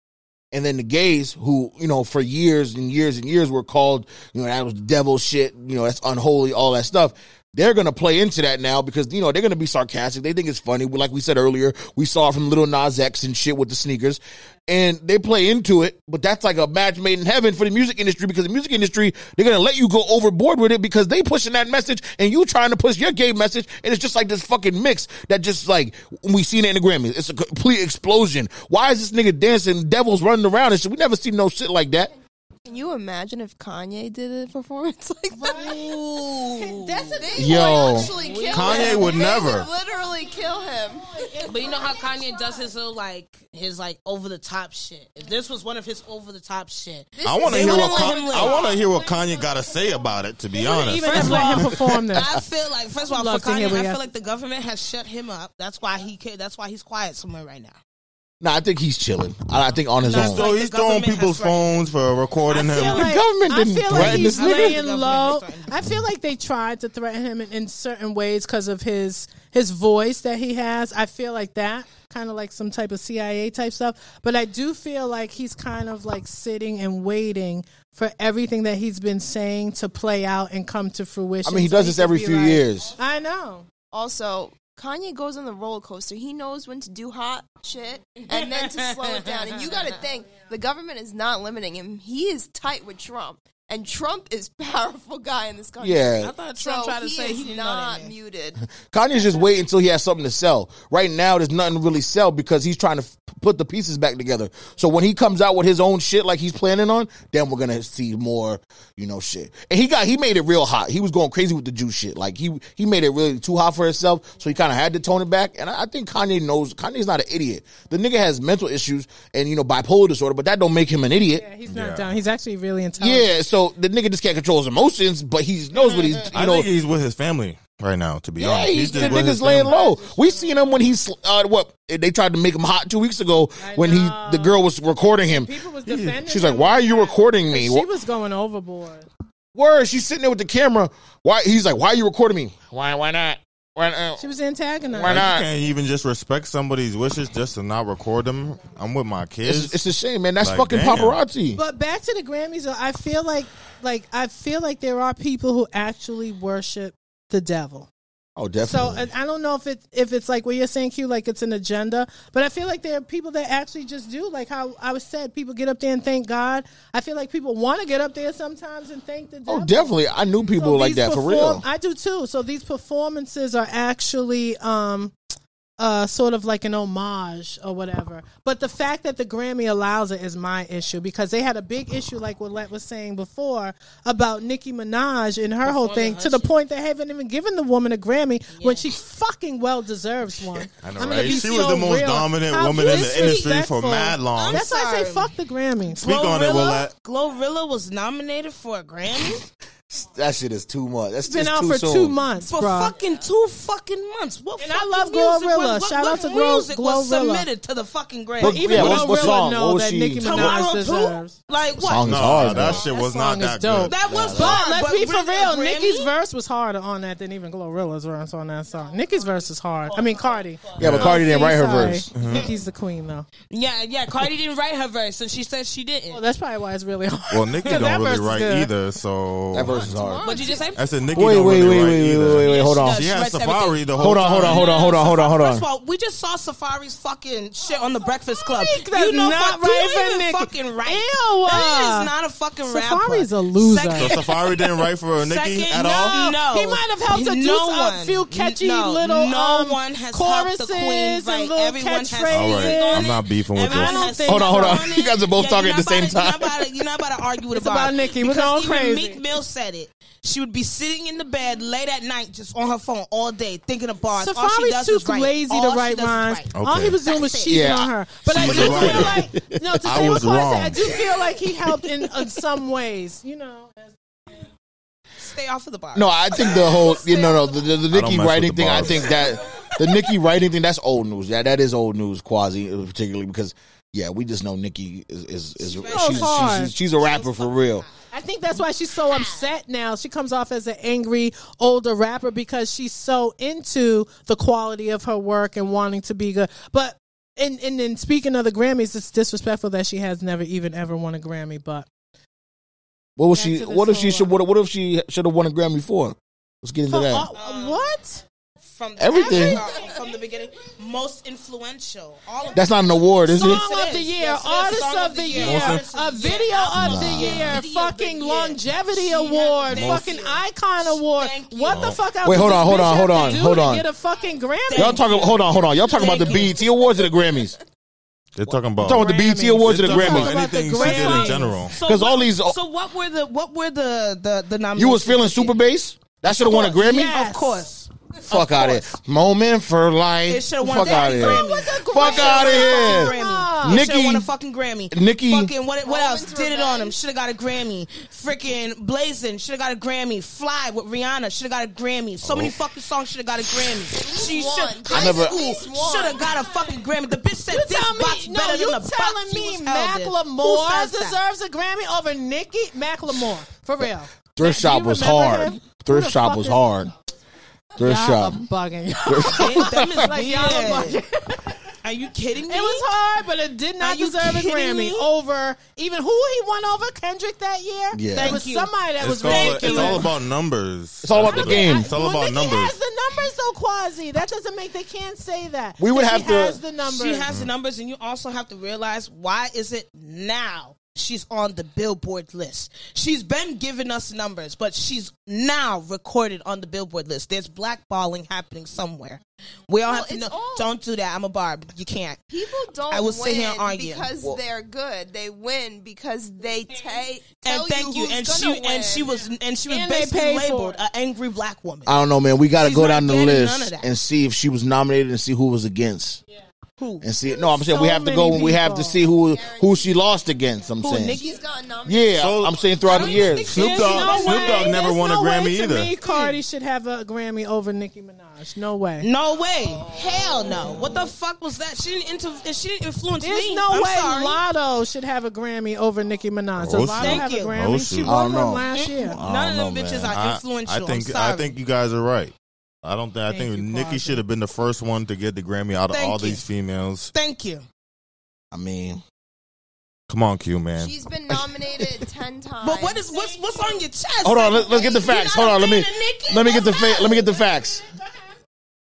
A: And then the gays, who you know, for years and years and years, were called you know that was devil shit, you know that's unholy, all that stuff. They're gonna play into that now because you know they're gonna be sarcastic. They think it's funny, like we said earlier. We saw it from Little Nas X and shit with the sneakers, and they play into it. But that's like a match made in heaven for the music industry because the music industry they're gonna let you go overboard with it because they pushing that message and you trying to push your gay message, and it's just like this fucking mix that just like we seen it in the Grammys. It's a complete explosion. Why is this nigga dancing? Devils running around and shit. We never seen no shit like that.
G: Can you imagine if Kanye did a performance (laughs) like that? That's a thing.
A: Yo.
G: actually kill
F: Kanye
G: him.
F: would
G: They
F: never.
G: literally kill him.
C: But you know how Kanye does his little like his like over the top shit. If this was one of his over the top shit,
F: I want to
C: They
F: hear
C: wouldn't
F: what
C: let
F: Con-
C: him live.
F: I want to hear what Kanye got to say about it. To be honest,
B: Even have let him perform this.
C: I feel like first of all,
B: Love
C: for
B: to hear
C: Kanye,
B: what
C: I
B: you have-
C: feel like the government has shut him up. That's why he ca- that's why he's quiet somewhere right now.
A: Nah, I think he's chilling. I, I think on his
C: That's
A: own.
F: so
C: Like,
F: he's
C: the
F: throwing
C: government
F: people's
C: has right-
F: phones for recording
B: I feel
F: him.
B: like-
A: government didn't
B: I feel like
A: threaten
B: he's
A: this nigga.
B: laying
C: The government
B: low.
C: threatened him.
B: I feel like they tried to threaten him in, in certain ways because of his his voice that he has. I feel like that kind of like some type of CIA type stuff. But I do feel like he's kind of like sitting and waiting for everything that he's been saying to play out and come to fruition.
A: I mean, he
B: So
A: does this
B: could
A: every
B: be
A: few
B: like-
A: years.
B: I know.
G: Also, Kanye goes on the roller coaster. He knows when to do hot shit and then to slow it down. And you
C: (laughs)
G: got to think the government is not limiting him. He is tight with Trump, and Trump is (laughs) powerful guy in this country.
A: Yeah,
C: I thought
G: So
C: Trump tried to
G: he
C: say
G: is
C: he didn't
G: not
C: know that. Man. (laughs)
G: muted.
A: Kanye's just waiting until he has something to sell. Right now, there's nothing to really sell because he's trying to f- put the pieces back together. So when he comes out with his own shit, like he's planning on, then we're gonna see more, you know, shit. And he got he made it real hot. He was going crazy with the Jew shit. Like he he made it really too hot for himself. So he kind of had to tone it back. And I, I think Kanye knows Kanye's not an idiot. The nigga has mental issues and you know bipolar disorder, but that don't make him an idiot.
B: Yeah, he's not down. He's actually really intelligent.
A: Yeah, so So the nigga just can't control his emotions, but he knows what he's. You
F: (laughs) I
A: know,
F: think he's with his family right now. To be
A: yeah,
F: honest,
A: he,
F: he's
A: the
F: just with his
A: nigga's laying
F: family.
A: low. We seen him when he's uh, what they tried to make him hot two weeks ago when he
B: know.
A: the girl was recording him.
B: People was defending.
A: She's like,
B: him.
A: "Why are you recording me?"
B: She
A: Wh-
B: was going overboard.
A: Word, she's sitting there with the camera. Why? He's like, "Why are you recording me?" Why? Why not? Why? not?
B: She was antagonized.
A: Why
F: Like,
A: not?
F: you can't even just respect somebody's wishes just to not record them. I'm with my kids.
A: It's, it's a shame, man. That's
F: Like,
A: fucking
F: damn.
A: paparazzi.
B: But back to the Grammys, though, I feel like like I feel like there are people who actually worship the devil.
A: oh,
B: So
A: definitely.
B: and I don't know if it's if it's like what you're saying, Q, like it's an agenda. But I feel like there are people that actually just do like how I was said. People get up there and thank God. I feel like people want to get up there sometimes and thank the devil.
A: oh, definitely. I knew people
B: So
A: like
B: these
A: that for
B: perform-
A: real.
B: I do too. So these performances are actually um uh sort of like an homage or whatever. But the fact that the Grammy allows it is my issue because they had a big issue like what Let was saying before about Nicki Minaj and her whole thing to the point they haven't even given the woman a Grammy when she fucking well deserves one.
F: I
B: I'm
F: know,
B: gonna
F: right?
B: be
F: She
B: so
F: was the most
B: real.
F: dominant
B: How
F: woman in the industry
B: disrespectful.
F: for mad long.
B: That's why I say
C: Sorry.
B: fuck the Grammys.
F: Speak on it, Willette.
C: Glorilla was nominated for a Grammy
A: That shit is too much. That's
B: Been
A: it's
B: out
A: too
B: for
A: soon.
B: two months,
C: for
B: bruh.
C: fucking two fucking months. What
B: And I
C: fucking
B: love
C: music
B: Glorilla.
C: was- what-
B: Shout
C: what
B: out to Glo-
C: music was
B: Glorilla.
C: submitted to the fucking Grammy.
A: But-
B: Even
A: Yeah,
B: Glorilla
A: what- what song?
B: know
A: What was
B: that
A: she-
B: Nicki Minaj
C: Tomorrow
B: deserves.
C: too? Like what?
A: Song is
F: Nah,
A: hard.
F: that
A: though.
F: shit was
B: song
F: not that
B: is dope.
F: good.
C: That was
B: But
C: fun.
B: let's be for
C: really a
B: real.
C: Grammy?
B: Nicki's verse was harder on that than even Glorilla's verse on that song. Nicki's verse is hard. I mean, Cardi.
A: Yeah, but Cardi didn't
B: Sorry.
A: write her verse.
F: Mm-hmm.
B: Nicki's the queen, though.
C: Yeah, yeah. Cardi didn't write her verse, and she said she didn't.
B: Well, that's probably why it's really hard.
F: Well, (laughs) Nicki
B: 'Cause that verse
F: don't really
B: is
F: write
B: good.
F: either, so
A: That verse is hard.
C: What'd you just say?
F: I said Nicki
A: Wait,
F: don't
A: wait,
F: really
A: wait,
F: write
A: wait,
F: either.
A: wait, wait, wait. Hold on.
C: does.
F: She
C: She
F: had
C: writes
F: Safari
C: everything.
F: the whole
A: Hold on, hold on, hold on, hold on, hold on, hold on, hold
C: First of
A: on.
C: all, we just saw Safari's fucking shit on the Breakfast Club.
B: that's
C: you know,
B: not
C: fuck, you
B: right for
C: even
B: Nicki.
C: fucking right.
B: Ew,
C: that
B: uh,
C: is not a fucking
B: Safari's
C: rapper.
B: a loser.
F: So Safari didn't write for Nicki
C: Second,
F: at
C: no.
F: all.
C: No.
B: He might have helped her do
C: No
B: a
C: one.
B: few catchy
C: No,
B: little
C: no
B: um,
C: one has helped
B: choruses
C: the queen
B: and
C: write.
B: little
C: Everyone has-
B: catchphrases.
F: All right, I'm not beefing with
C: Everyone
F: this.
C: has
A: Hold on, hold on.
C: it.
A: You guys are both
C: Yeah,
A: talking
C: you're
A: at the
C: not
A: same
C: about
A: time.
C: to- You're not about to, you're not about to argue with
B: It's
C: a
B: about
C: bar.
B: Nicki. We're going
C: Because
B: crazy.
C: even Meek Mill said it. She would be sitting in the bed late at night, just on her phone all day, thinking of bars. all she
B: Safari's
C: does
B: too
C: is write.
B: lazy
C: All
B: to
C: she
B: write
C: does is
B: rhymes.
C: write.
B: All he
F: Okay.
B: was doing was cheating
A: Yeah.
B: on her. But I
F: She
B: do
F: was
B: feel
F: (laughs) right.
B: like no. To
F: I
B: say what Claude
F: was
B: said,
F: wrong.
B: I do feel like he helped in, in some ways. You know,
C: Stay off of the bar.
A: No, I think the whole you know no the, the, the
F: don't
A: Nicki
F: mess with
A: writing
F: the
A: thing. I
F: bars.
A: think that the Nicki writing thing that's old news. Yeah, that is old news, quasi particularly because yeah, we just know Nicki is is, is she's, she's,
B: hard.
A: she's she's a rapper for real.
B: I think that's why she's so upset now. She comes off as an angry older rapper because she's so into the quality of her work and wanting to be good. But and and then speaking of the Grammys, it's disrespectful that she has never even ever won a Grammy. But
A: What was
B: Back
A: she?
B: to this
A: What if she
B: whole
A: should? What, what if she should have won a Grammy for? Let's get into
B: Oh,
A: that.
C: Um,
B: oh, what?
C: from the
A: Everything.
C: Every- from the beginning, most influential. All of
A: That's not an award, is it?
B: Song
C: Yes,
B: of
C: it
B: the
C: is.
B: year,
C: Yes, it is.
B: artist
C: Song
B: of the year,
F: Wilson?
B: a video of the
A: Nah.
B: year,
C: Video of the
B: fucking
C: year.
B: longevity
C: She had-
B: award,
C: Thank
B: fucking
C: you.
B: icon award.
C: Thank you.
B: What the fuck? else
A: Wait, hold
B: does
A: on,
B: this
A: hold
B: bitch
A: on,
B: have
A: hold
B: to
A: on,
B: do
A: hold
B: to
A: on.
B: Get a fucking Grammy.
A: Y'all talking? Hold on, hold on. Y'all talking about the BET awards or the Grammys?
F: They're talking about
A: Talking about the BET
B: Grammys.
A: awards or the
F: They're talking
A: Grammys?
F: about anything
B: Talking about the
F: she did
B: Grammys.
F: in general.
C: So
A: 'Cause
C: what-
A: all these-
C: So what were the what were the the the nominations?
A: You was feeling super bass. That should have won a Grammy.
B: Yes.
C: Of course.
A: Fuck out of here. Moment for life.
C: It should have won
A: Fuck
C: a
A: out of
C: fucking Grammy.
A: here.
C: It
A: Fuck out of
C: should've
A: here.
C: won a
B: Nah.
C: Grammy. It should've
A: Nicki-
C: won a fucking Grammy.
A: Nicki-
C: Fucking what? What else?
G: Rowan's
C: Did it on him?
G: Revenge.
C: Should have got a Grammy. Freaking Blazing should have got a Grammy. Fly with Rihanna should have got a Grammy. So
A: Oh.
C: many fucking songs should have got a Grammy. She
G: one.
C: should.
G: Just
C: High
A: never-
C: school
G: Just one.
C: should have got a fucking Grammy. The bitch said
B: You
C: this
B: tell me,
C: box
B: no,
C: better
B: you
C: than the
B: telling
C: box she
B: me
C: was held in. Who
B: Macklemore
C: says that?
B: deserves a Grammy over Nicki Macklemore? For real.
A: Thrift
B: Do you
A: shop was
B: remember
A: hard.
B: him?
A: Thrift
B: Who the
A: shop
B: fuck
A: was
B: is-
A: hard. Thrift
B: Y'all um,
A: shop.
B: are bugging.
C: Them
B: (laughs)
C: is
B: like, y'all
C: weird.
B: are bugging.
C: Are you kidding me?
B: It was hard, but it did not
C: Are you
B: deserve a
C: kidding
B: Grammy
C: me?
B: over even who he won over Kendrick that year.
A: Yeah.
B: it
A: Thank
B: was
C: you.
B: somebody that was
F: It's all,
B: ridiculous.
F: it's all about numbers.
A: It's all about the game.
F: It's all
B: Well,
F: about
B: Nicki
F: numbers.
B: Has the numbers though, Quasi? That doesn't make they can't say that.
A: We would
B: That
A: have
B: she
A: to-
B: Has the numbers.
C: She has the numbers, and you also have to realize why is it now she's on the Billboard list. She's been giving us numbers, but she's now recorded on the Billboard list. There's blackballing happening somewhere. We all
G: Well,
C: have to
G: it's
C: know.
G: all-
C: Don't do that. I'm a barb. You can't.
G: People don't
C: I will
G: win
C: sit here and argue.
G: because they're good. They win because they take.
C: And thank you.
G: who's
C: And
G: gonna
C: she
G: win.
C: and she was and she was
B: And they
C: basically
B: paid for
C: labeled
B: it.
C: an angry black woman.
A: I don't know, man. We got to
C: She's
A: go
C: not
A: down the
C: getting none of
A: list
C: that.
A: and see if she was nominated and see who was against.
C: Who?
A: and see it. No, I'm saying we
B: So
A: have to go
B: many
A: and we have to
B: people.
A: see who who she lost against. I'm
C: Who,
A: saying,
C: Nicki?
G: He's gotten nominated.
A: yeah,
F: So-
A: I'm saying throughout the years.
F: Snoop Dogg- Snoop
B: way.
F: Dogg never
B: There's
F: won a
B: no way
F: Grammy
B: to
F: either.
B: Me, Cardi should have a Grammy over Nicki Minaj. No way.
C: No way. Hell no. What the fuck was that? She didn't inter- she didn't influence
B: There's
C: me.
B: no
C: I'm
B: way
C: sorry.
B: Lotto should have a Grammy over Nicki Minaj. So
F: Oh,
B: Lotto
F: shoot.
B: have a
C: Thank you.
B: Grammy.
F: Oh,
B: she
F: shoot.
A: I don't
B: won one
A: know.
B: last year.
F: I
C: None
F: don't
C: of them
F: know,
C: bitches
F: Oh, man.
C: are
F: I-
C: influential.
F: I, think
C: am sorry.
F: I think you guys are right. I don't think I
B: Thank
F: think
B: you,
F: Nikki
B: Quasi.
F: should have been the first one to get the Grammy out of
C: Thank
F: all
C: you.
F: these females.
C: Thank you.
A: I mean,
F: Come on, Q man.
G: She's been nominated ten times.
C: But what is what's what's on your chest?
A: hold on, let, let's get the facts. Hold on, let me let me get the fa- let me get the facts.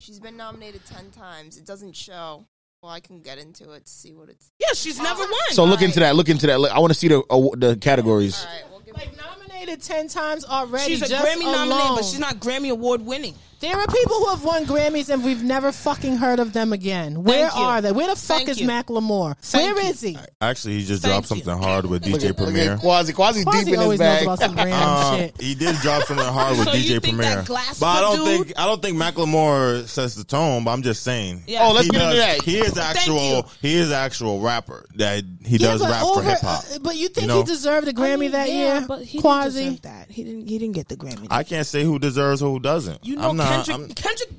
G: She's been nominated ten times. It doesn't show. Well, I can get into it to see what it's.
C: Yeah, she's never won.
A: So look into that. Look into that. Look- I want to see the uh, the categories.
G: All right, we'll give
B: Like nominated ten times already.
C: She's a
B: just
C: Grammy nominee,
B: alone.
C: but she's not Grammy award winning.
B: There are people who have won Grammys and we've never fucking heard of them again. Where
C: Thank you.
B: are they? Where the fuck
C: Thank
B: is
C: you.
B: Mac Lamore?
C: Thank
B: Where
C: you.
B: is he?
F: Actually, he just
C: Thank
F: dropped
C: you.
F: something hard with
A: Look
F: DJ
A: at- look at
F: Premier.
A: Quasi, Quasi, deep
B: Quasi
A: in his
B: always knows about
A: bag. (laughs)
B: some random
F: Um,
B: shit.
F: he did drop something hard with
C: So you
F: DJ
C: think
F: Premier,
C: that Glass
F: but I don't
C: dude-
F: think I don't think Macklemore sets the tone. But I'm just saying.
C: Yeah. Oh,
A: let's
F: he
A: get into
F: does-
A: that.
F: He is
C: you.
F: actual. He is actual rapper that he does
B: but
F: rap for
B: over-
F: hip hop.
B: uh, But you think
F: know?
B: he deserved a Grammy that year? Quasi.
C: that. He didn't. He didn't get the Grammy.
F: I can't say who deserves who doesn't.
C: you know
F: I'm not,
C: Kendrick.
F: I'm-
C: Kendrick.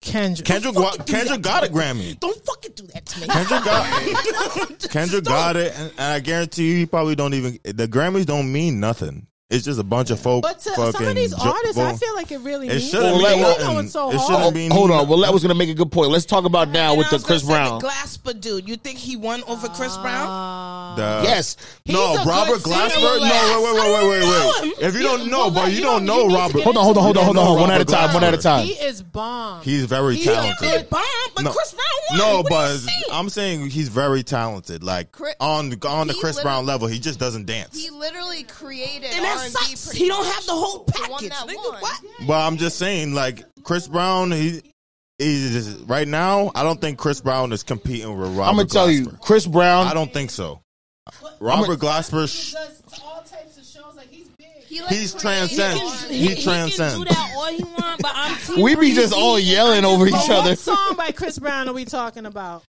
B: Kendrick.
F: Kendrick,
C: Don't
F: wa-
C: fucking do
F: Kendrick
C: that.
F: got a Grammy.
C: Don't fucking do that to me.
F: Kendrick
C: (laughs)
F: got
B: (laughs)
F: Kendrick
C: Don't.
F: got it, and, and I guarantee you, he probably don't even. The Grammys don't mean nothing. It's just a bunch of folk.
B: But to
F: fucking
B: some of these
F: jo-
B: artists, I
F: bo-
B: feel like it really
F: It
B: means
F: shouldn't
B: something.
A: mean
B: They
F: nothing.
B: know it's so
F: It
B: hard.
F: shouldn't mean-
A: Oh, Hold on. Well, that was gonna make a good point. Let's talk about now
C: And
A: with
C: I
A: the
C: was
A: Chris
C: gonna say
A: Brown.
C: the Glasper dude. You think he won over Chris Brown?
F: the-
A: Yes.
F: no,
B: He's a
F: Robert
B: good singer.
F: Glasper. No, wait, wait, wait, wait,
C: I
F: wait, wait.
C: don't know
F: If you
B: Yeah,
F: don't know,
B: well,
F: but
B: you
F: you
B: don't-
F: don't
B: you
F: know
B: need to
F: Robert.
B: get
A: Hold on, hold on, hold on, hold on, hold on. One at a
F: Robert
A: time, one at a
F: Glasper.
A: time.
B: He is bomb.
F: He's very
B: He's a
F: talented.
C: Good bomb, but
F: No.
C: Chris Brown won.
F: No,
C: What do you
F: but
C: see?
F: I'm saying he's very talented. Like
G: Chris-
F: on the- on the
G: he
F: Chris
G: literally-
F: Brown level, he just doesn't dance.
G: He literally created
C: and that
G: R&B
C: sucks.
G: pretty
C: He don't
G: much.
C: have the whole
G: The
C: package.
G: one that
C: nigga,
G: won.
C: what?
F: But I'm just saying, like Chris Brown, he is right now. I don't think Chris Brown is competing with Robert.
A: I'm gonna tell you,
F: Glasper.
A: Chris Brown.
F: I don't think so. Robert Glasper, sh-
G: He, like,
F: he's
G: created
F: transcends.
G: R&B.
F: He, transcends.
C: He can do that all he want, but I'm Team
A: we be just
C: Breezy.
A: all yelling over each
B: But
A: other.
B: What song by Chris Brown are we talking about?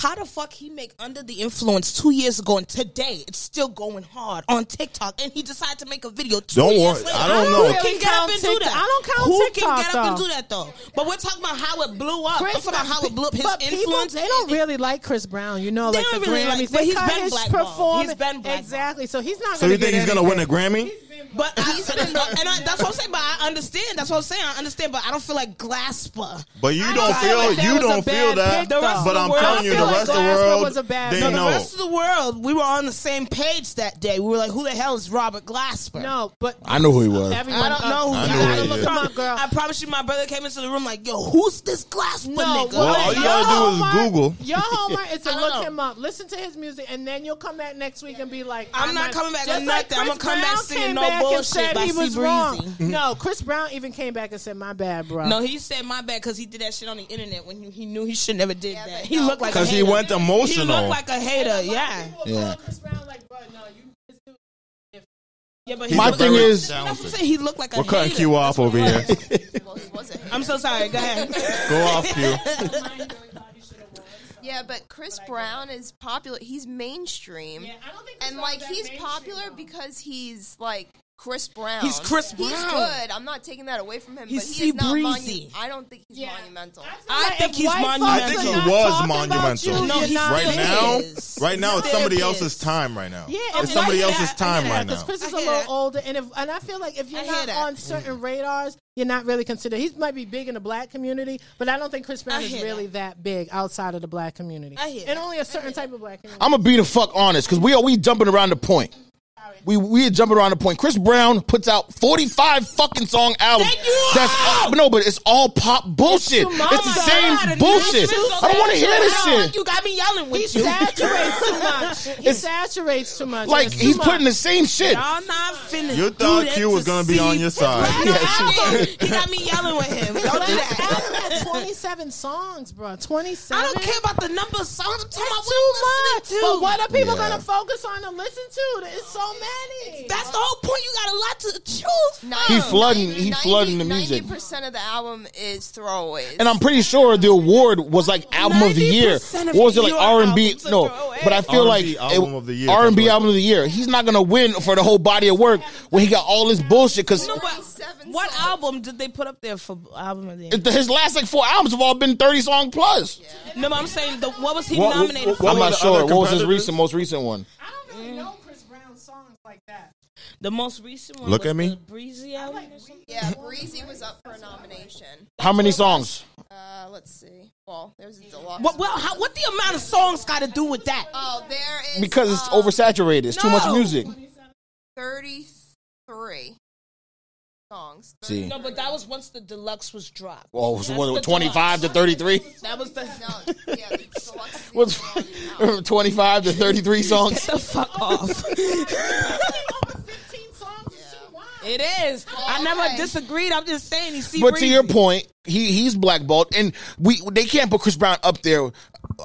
C: How the fuck he make Under the Influence two years ago and today it's still going hard on TikTok and he decided to make a video two
F: Don't
C: years
F: worry,
C: later.
F: I don't know.
C: Who
B: really
C: can get up
B: count
C: and do
B: TikTok.
C: that?
B: I don't count
C: Who
B: TikTok,
C: can get up and
B: though.
C: do that though? But we're talking about how it blew up. I'm
B: Chris
C: talking about how it blew up. His
B: but people,
C: influence.
B: they don't really like Chris Brown, you know,
C: They
B: like
C: don't
B: the
C: really
B: Grammys.
C: like- but
B: they
C: he's
B: cut
C: been
B: his
C: blackballed.
B: performance.
C: He's been blackballed.
B: exactly. So he's not.
F: So you think he's gonna
B: get
F: win a Grammy?
C: But I, and I, that's what I'm saying. But I understand. That's what I'm saying. I understand. But I don't feel like Glasper.
F: But you
B: I
F: don't
B: don't feel
F: feel
B: like that
F: you
B: was a
F: don't feel
B: bad
F: that.
B: pick, though. The rest of
F: But
B: the
F: I'm
B: world-
F: telling you,
B: I
F: the
B: feel like
F: rest of the
B: Glasper
F: world,
B: was a bad
F: they
B: pick.
C: the
B: No.
F: know.
C: rest of the world, we were on the same page that day. We were like, "Who the hell is Robert Glasper?"
B: No, but
A: I know who he was.
B: everyone.
C: I don't know who.
B: I
F: I know
C: you
F: who
C: gotta
F: he
C: look
F: is.
C: him up,
B: up, girl.
C: I promise you, my brother came into the room like, "Yo, who's this Glasper nigga?"
B: well,
F: Well, all you
B: your
F: gotta do is
B: homework-
F: Google.
B: Your homework
C: (laughs)
B: is to
C: don't
B: look
C: know.
B: him up, listen to his music, and then you'll come back next week and be like,
C: I'm not coming back
B: Just
C: with
B: like
C: nothing. I'm
B: Chris
C: gonna come back
B: Brown
C: singing
B: came
C: No
B: back and
C: Bullshit
B: said
C: by
B: he
C: Sea
B: was
C: Breezy.
B: wrong. No, Chris Brown even came back and said, "My bad, bro."
C: No, he said my bad because he did that shit on the internet when he, he knew he should never did that. He looked like
F: Because
C: a
F: he
C: hater.
F: went
C: He looked
F: emotional.
C: like a hater. Yeah,
A: Yeah.
B: Chris Brown like, bro, no, you. this dude-
C: yeah. But he
A: My
C: looked
A: thing
C: like,
A: is-
C: that's what I'm saying. He looked like a
F: We're cutting
C: hater.
F: Q off over here.
G: Well, he (laughs) wasn't.
C: I'm so sorry. Go (laughs) ahead.
F: Go off Q.
G: Yeah, but Chris Brown is popular. He's mainstream.
B: I don't think
G: and like he's popular because he's like Chris Brown.
C: He's Chris
G: He's
C: Brown.
G: good. I'm not taking that away from him.
C: He's
G: but he is not
C: Breezy.
G: monu- I don't think he's monumental.
C: I think he's
F: I
C: monumental.
F: think he
C: You're not
F: was monumental.
C: No,
B: No,
C: you're
B: he's
C: not.
F: right
C: He
F: now,
C: is.
F: right now, it's
C: He
F: somebody
C: is.
F: else's time. Right now,
B: Yeah,
F: it's
B: and I
F: somebody
B: hear
F: else's
C: that, I
F: time
C: hear
F: right
C: that,
F: now.
B: Because Chris is a
C: I hear
B: little
C: that.
B: older, and if and I feel like if you're
C: I hear
B: not
C: that. Mm.
B: on certain radars, you're not really considered. He might be big in the black community, but I don't think Chris Brown
C: I
B: is
C: hear
B: really that. big outside of the black community,
C: I hear
B: and
C: that.
B: only a certain type of black community.
A: (laughs) I'm gonna be the fuck honest because we are we jumping around the point. We we are jumping around the point. Chris Brown puts out 45 fucking song albums.
C: Thank you.
A: That's all, no, but it's all pop bullshit. It's,
B: It's too
A: the
B: much.
A: same
B: God,
A: bullshit.
B: it's
A: I don't want to hear this
C: I don't like
A: shit.
C: You got me yelling
B: He
C: with you.
B: saturates too much. He saturates too much.
A: Like
B: It's too
A: he's
B: much.
A: putting the same shit.
C: Y'all not finna.
F: You
C: do
F: thought
C: that
F: Q was
C: to
F: gonna be
C: see (laughs)
F: on your side.
C: Brad
A: Yes.
C: Allen. He got me yelling with him. Don't do
B: Last
C: that.
B: album had 27 songs, bro. 27.
C: I don't care about the number of songs. I'm talking about
B: It's
C: what I'm listening
B: But
C: to.
B: what are people
F: Yeah.
B: gonna focus on and listen to? It's so many.
C: That's the whole point. You got a lot to choose. From.
A: He flooding- he flooding the music.
G: Ninety percent of the album is throwaways.
A: And I'm pretty sure the award was like album of the year.
C: 90% of
A: What was it like
C: your
A: R and B?
C: albums are
A: No,
C: throwaway.
A: but I feel
F: R&B
A: like
F: album of the year,
A: R and B
F: that's what-
A: album of the year. He's not gonna win for the whole body of work when he got all this bullshit because
C: No, but
G: Seven
C: what
G: songs.
C: album did they put up there for album of the year?
A: his last like four albums have all been thirty song plus.
C: No, but I'm saying the, what was he
F: What- what-
C: nominated
F: what-
C: for?
A: I'm
F: were
A: not
F: the
A: sure.
F: other
A: What was his
F: competitors?
A: recent, most recent one?
B: I don't really know Chris Brown songs like that.
C: The most recent one.
F: Look
C: was
F: at me.
C: the Breezy album. or something?
G: Yeah, Breezy was up for a nomination.
A: How many songs?
G: Uh, let's see. Well, there's a deluxe.
C: What? Well, how, what the amount of songs got to do with that?
G: Oh, there is
A: Because it's
G: um,
A: oversaturated. It's too much
C: No.
A: music.
G: Thirty-three
C: (laughs)
G: songs.
A: See.
C: No, but that was once the deluxe was dropped.
A: Oh, so what,
C: the
A: 25 to 33?
C: That was the.
G: No, yeah, the deluxe.
A: (laughs)
G: is
A: What's (laughs)
G: on the album.
A: 25 to 33
C: Get
A: songs?
C: the
B: (laughs)
C: fuck off.
B: Over 15 songs is too wild.
C: (laughs) It is. I
G: Okay.
C: never disagreed. I'm just saying. You see,
A: But to
C: Breezy.
A: your point, he he's blackballed, and we they can't put Chris Brown up there.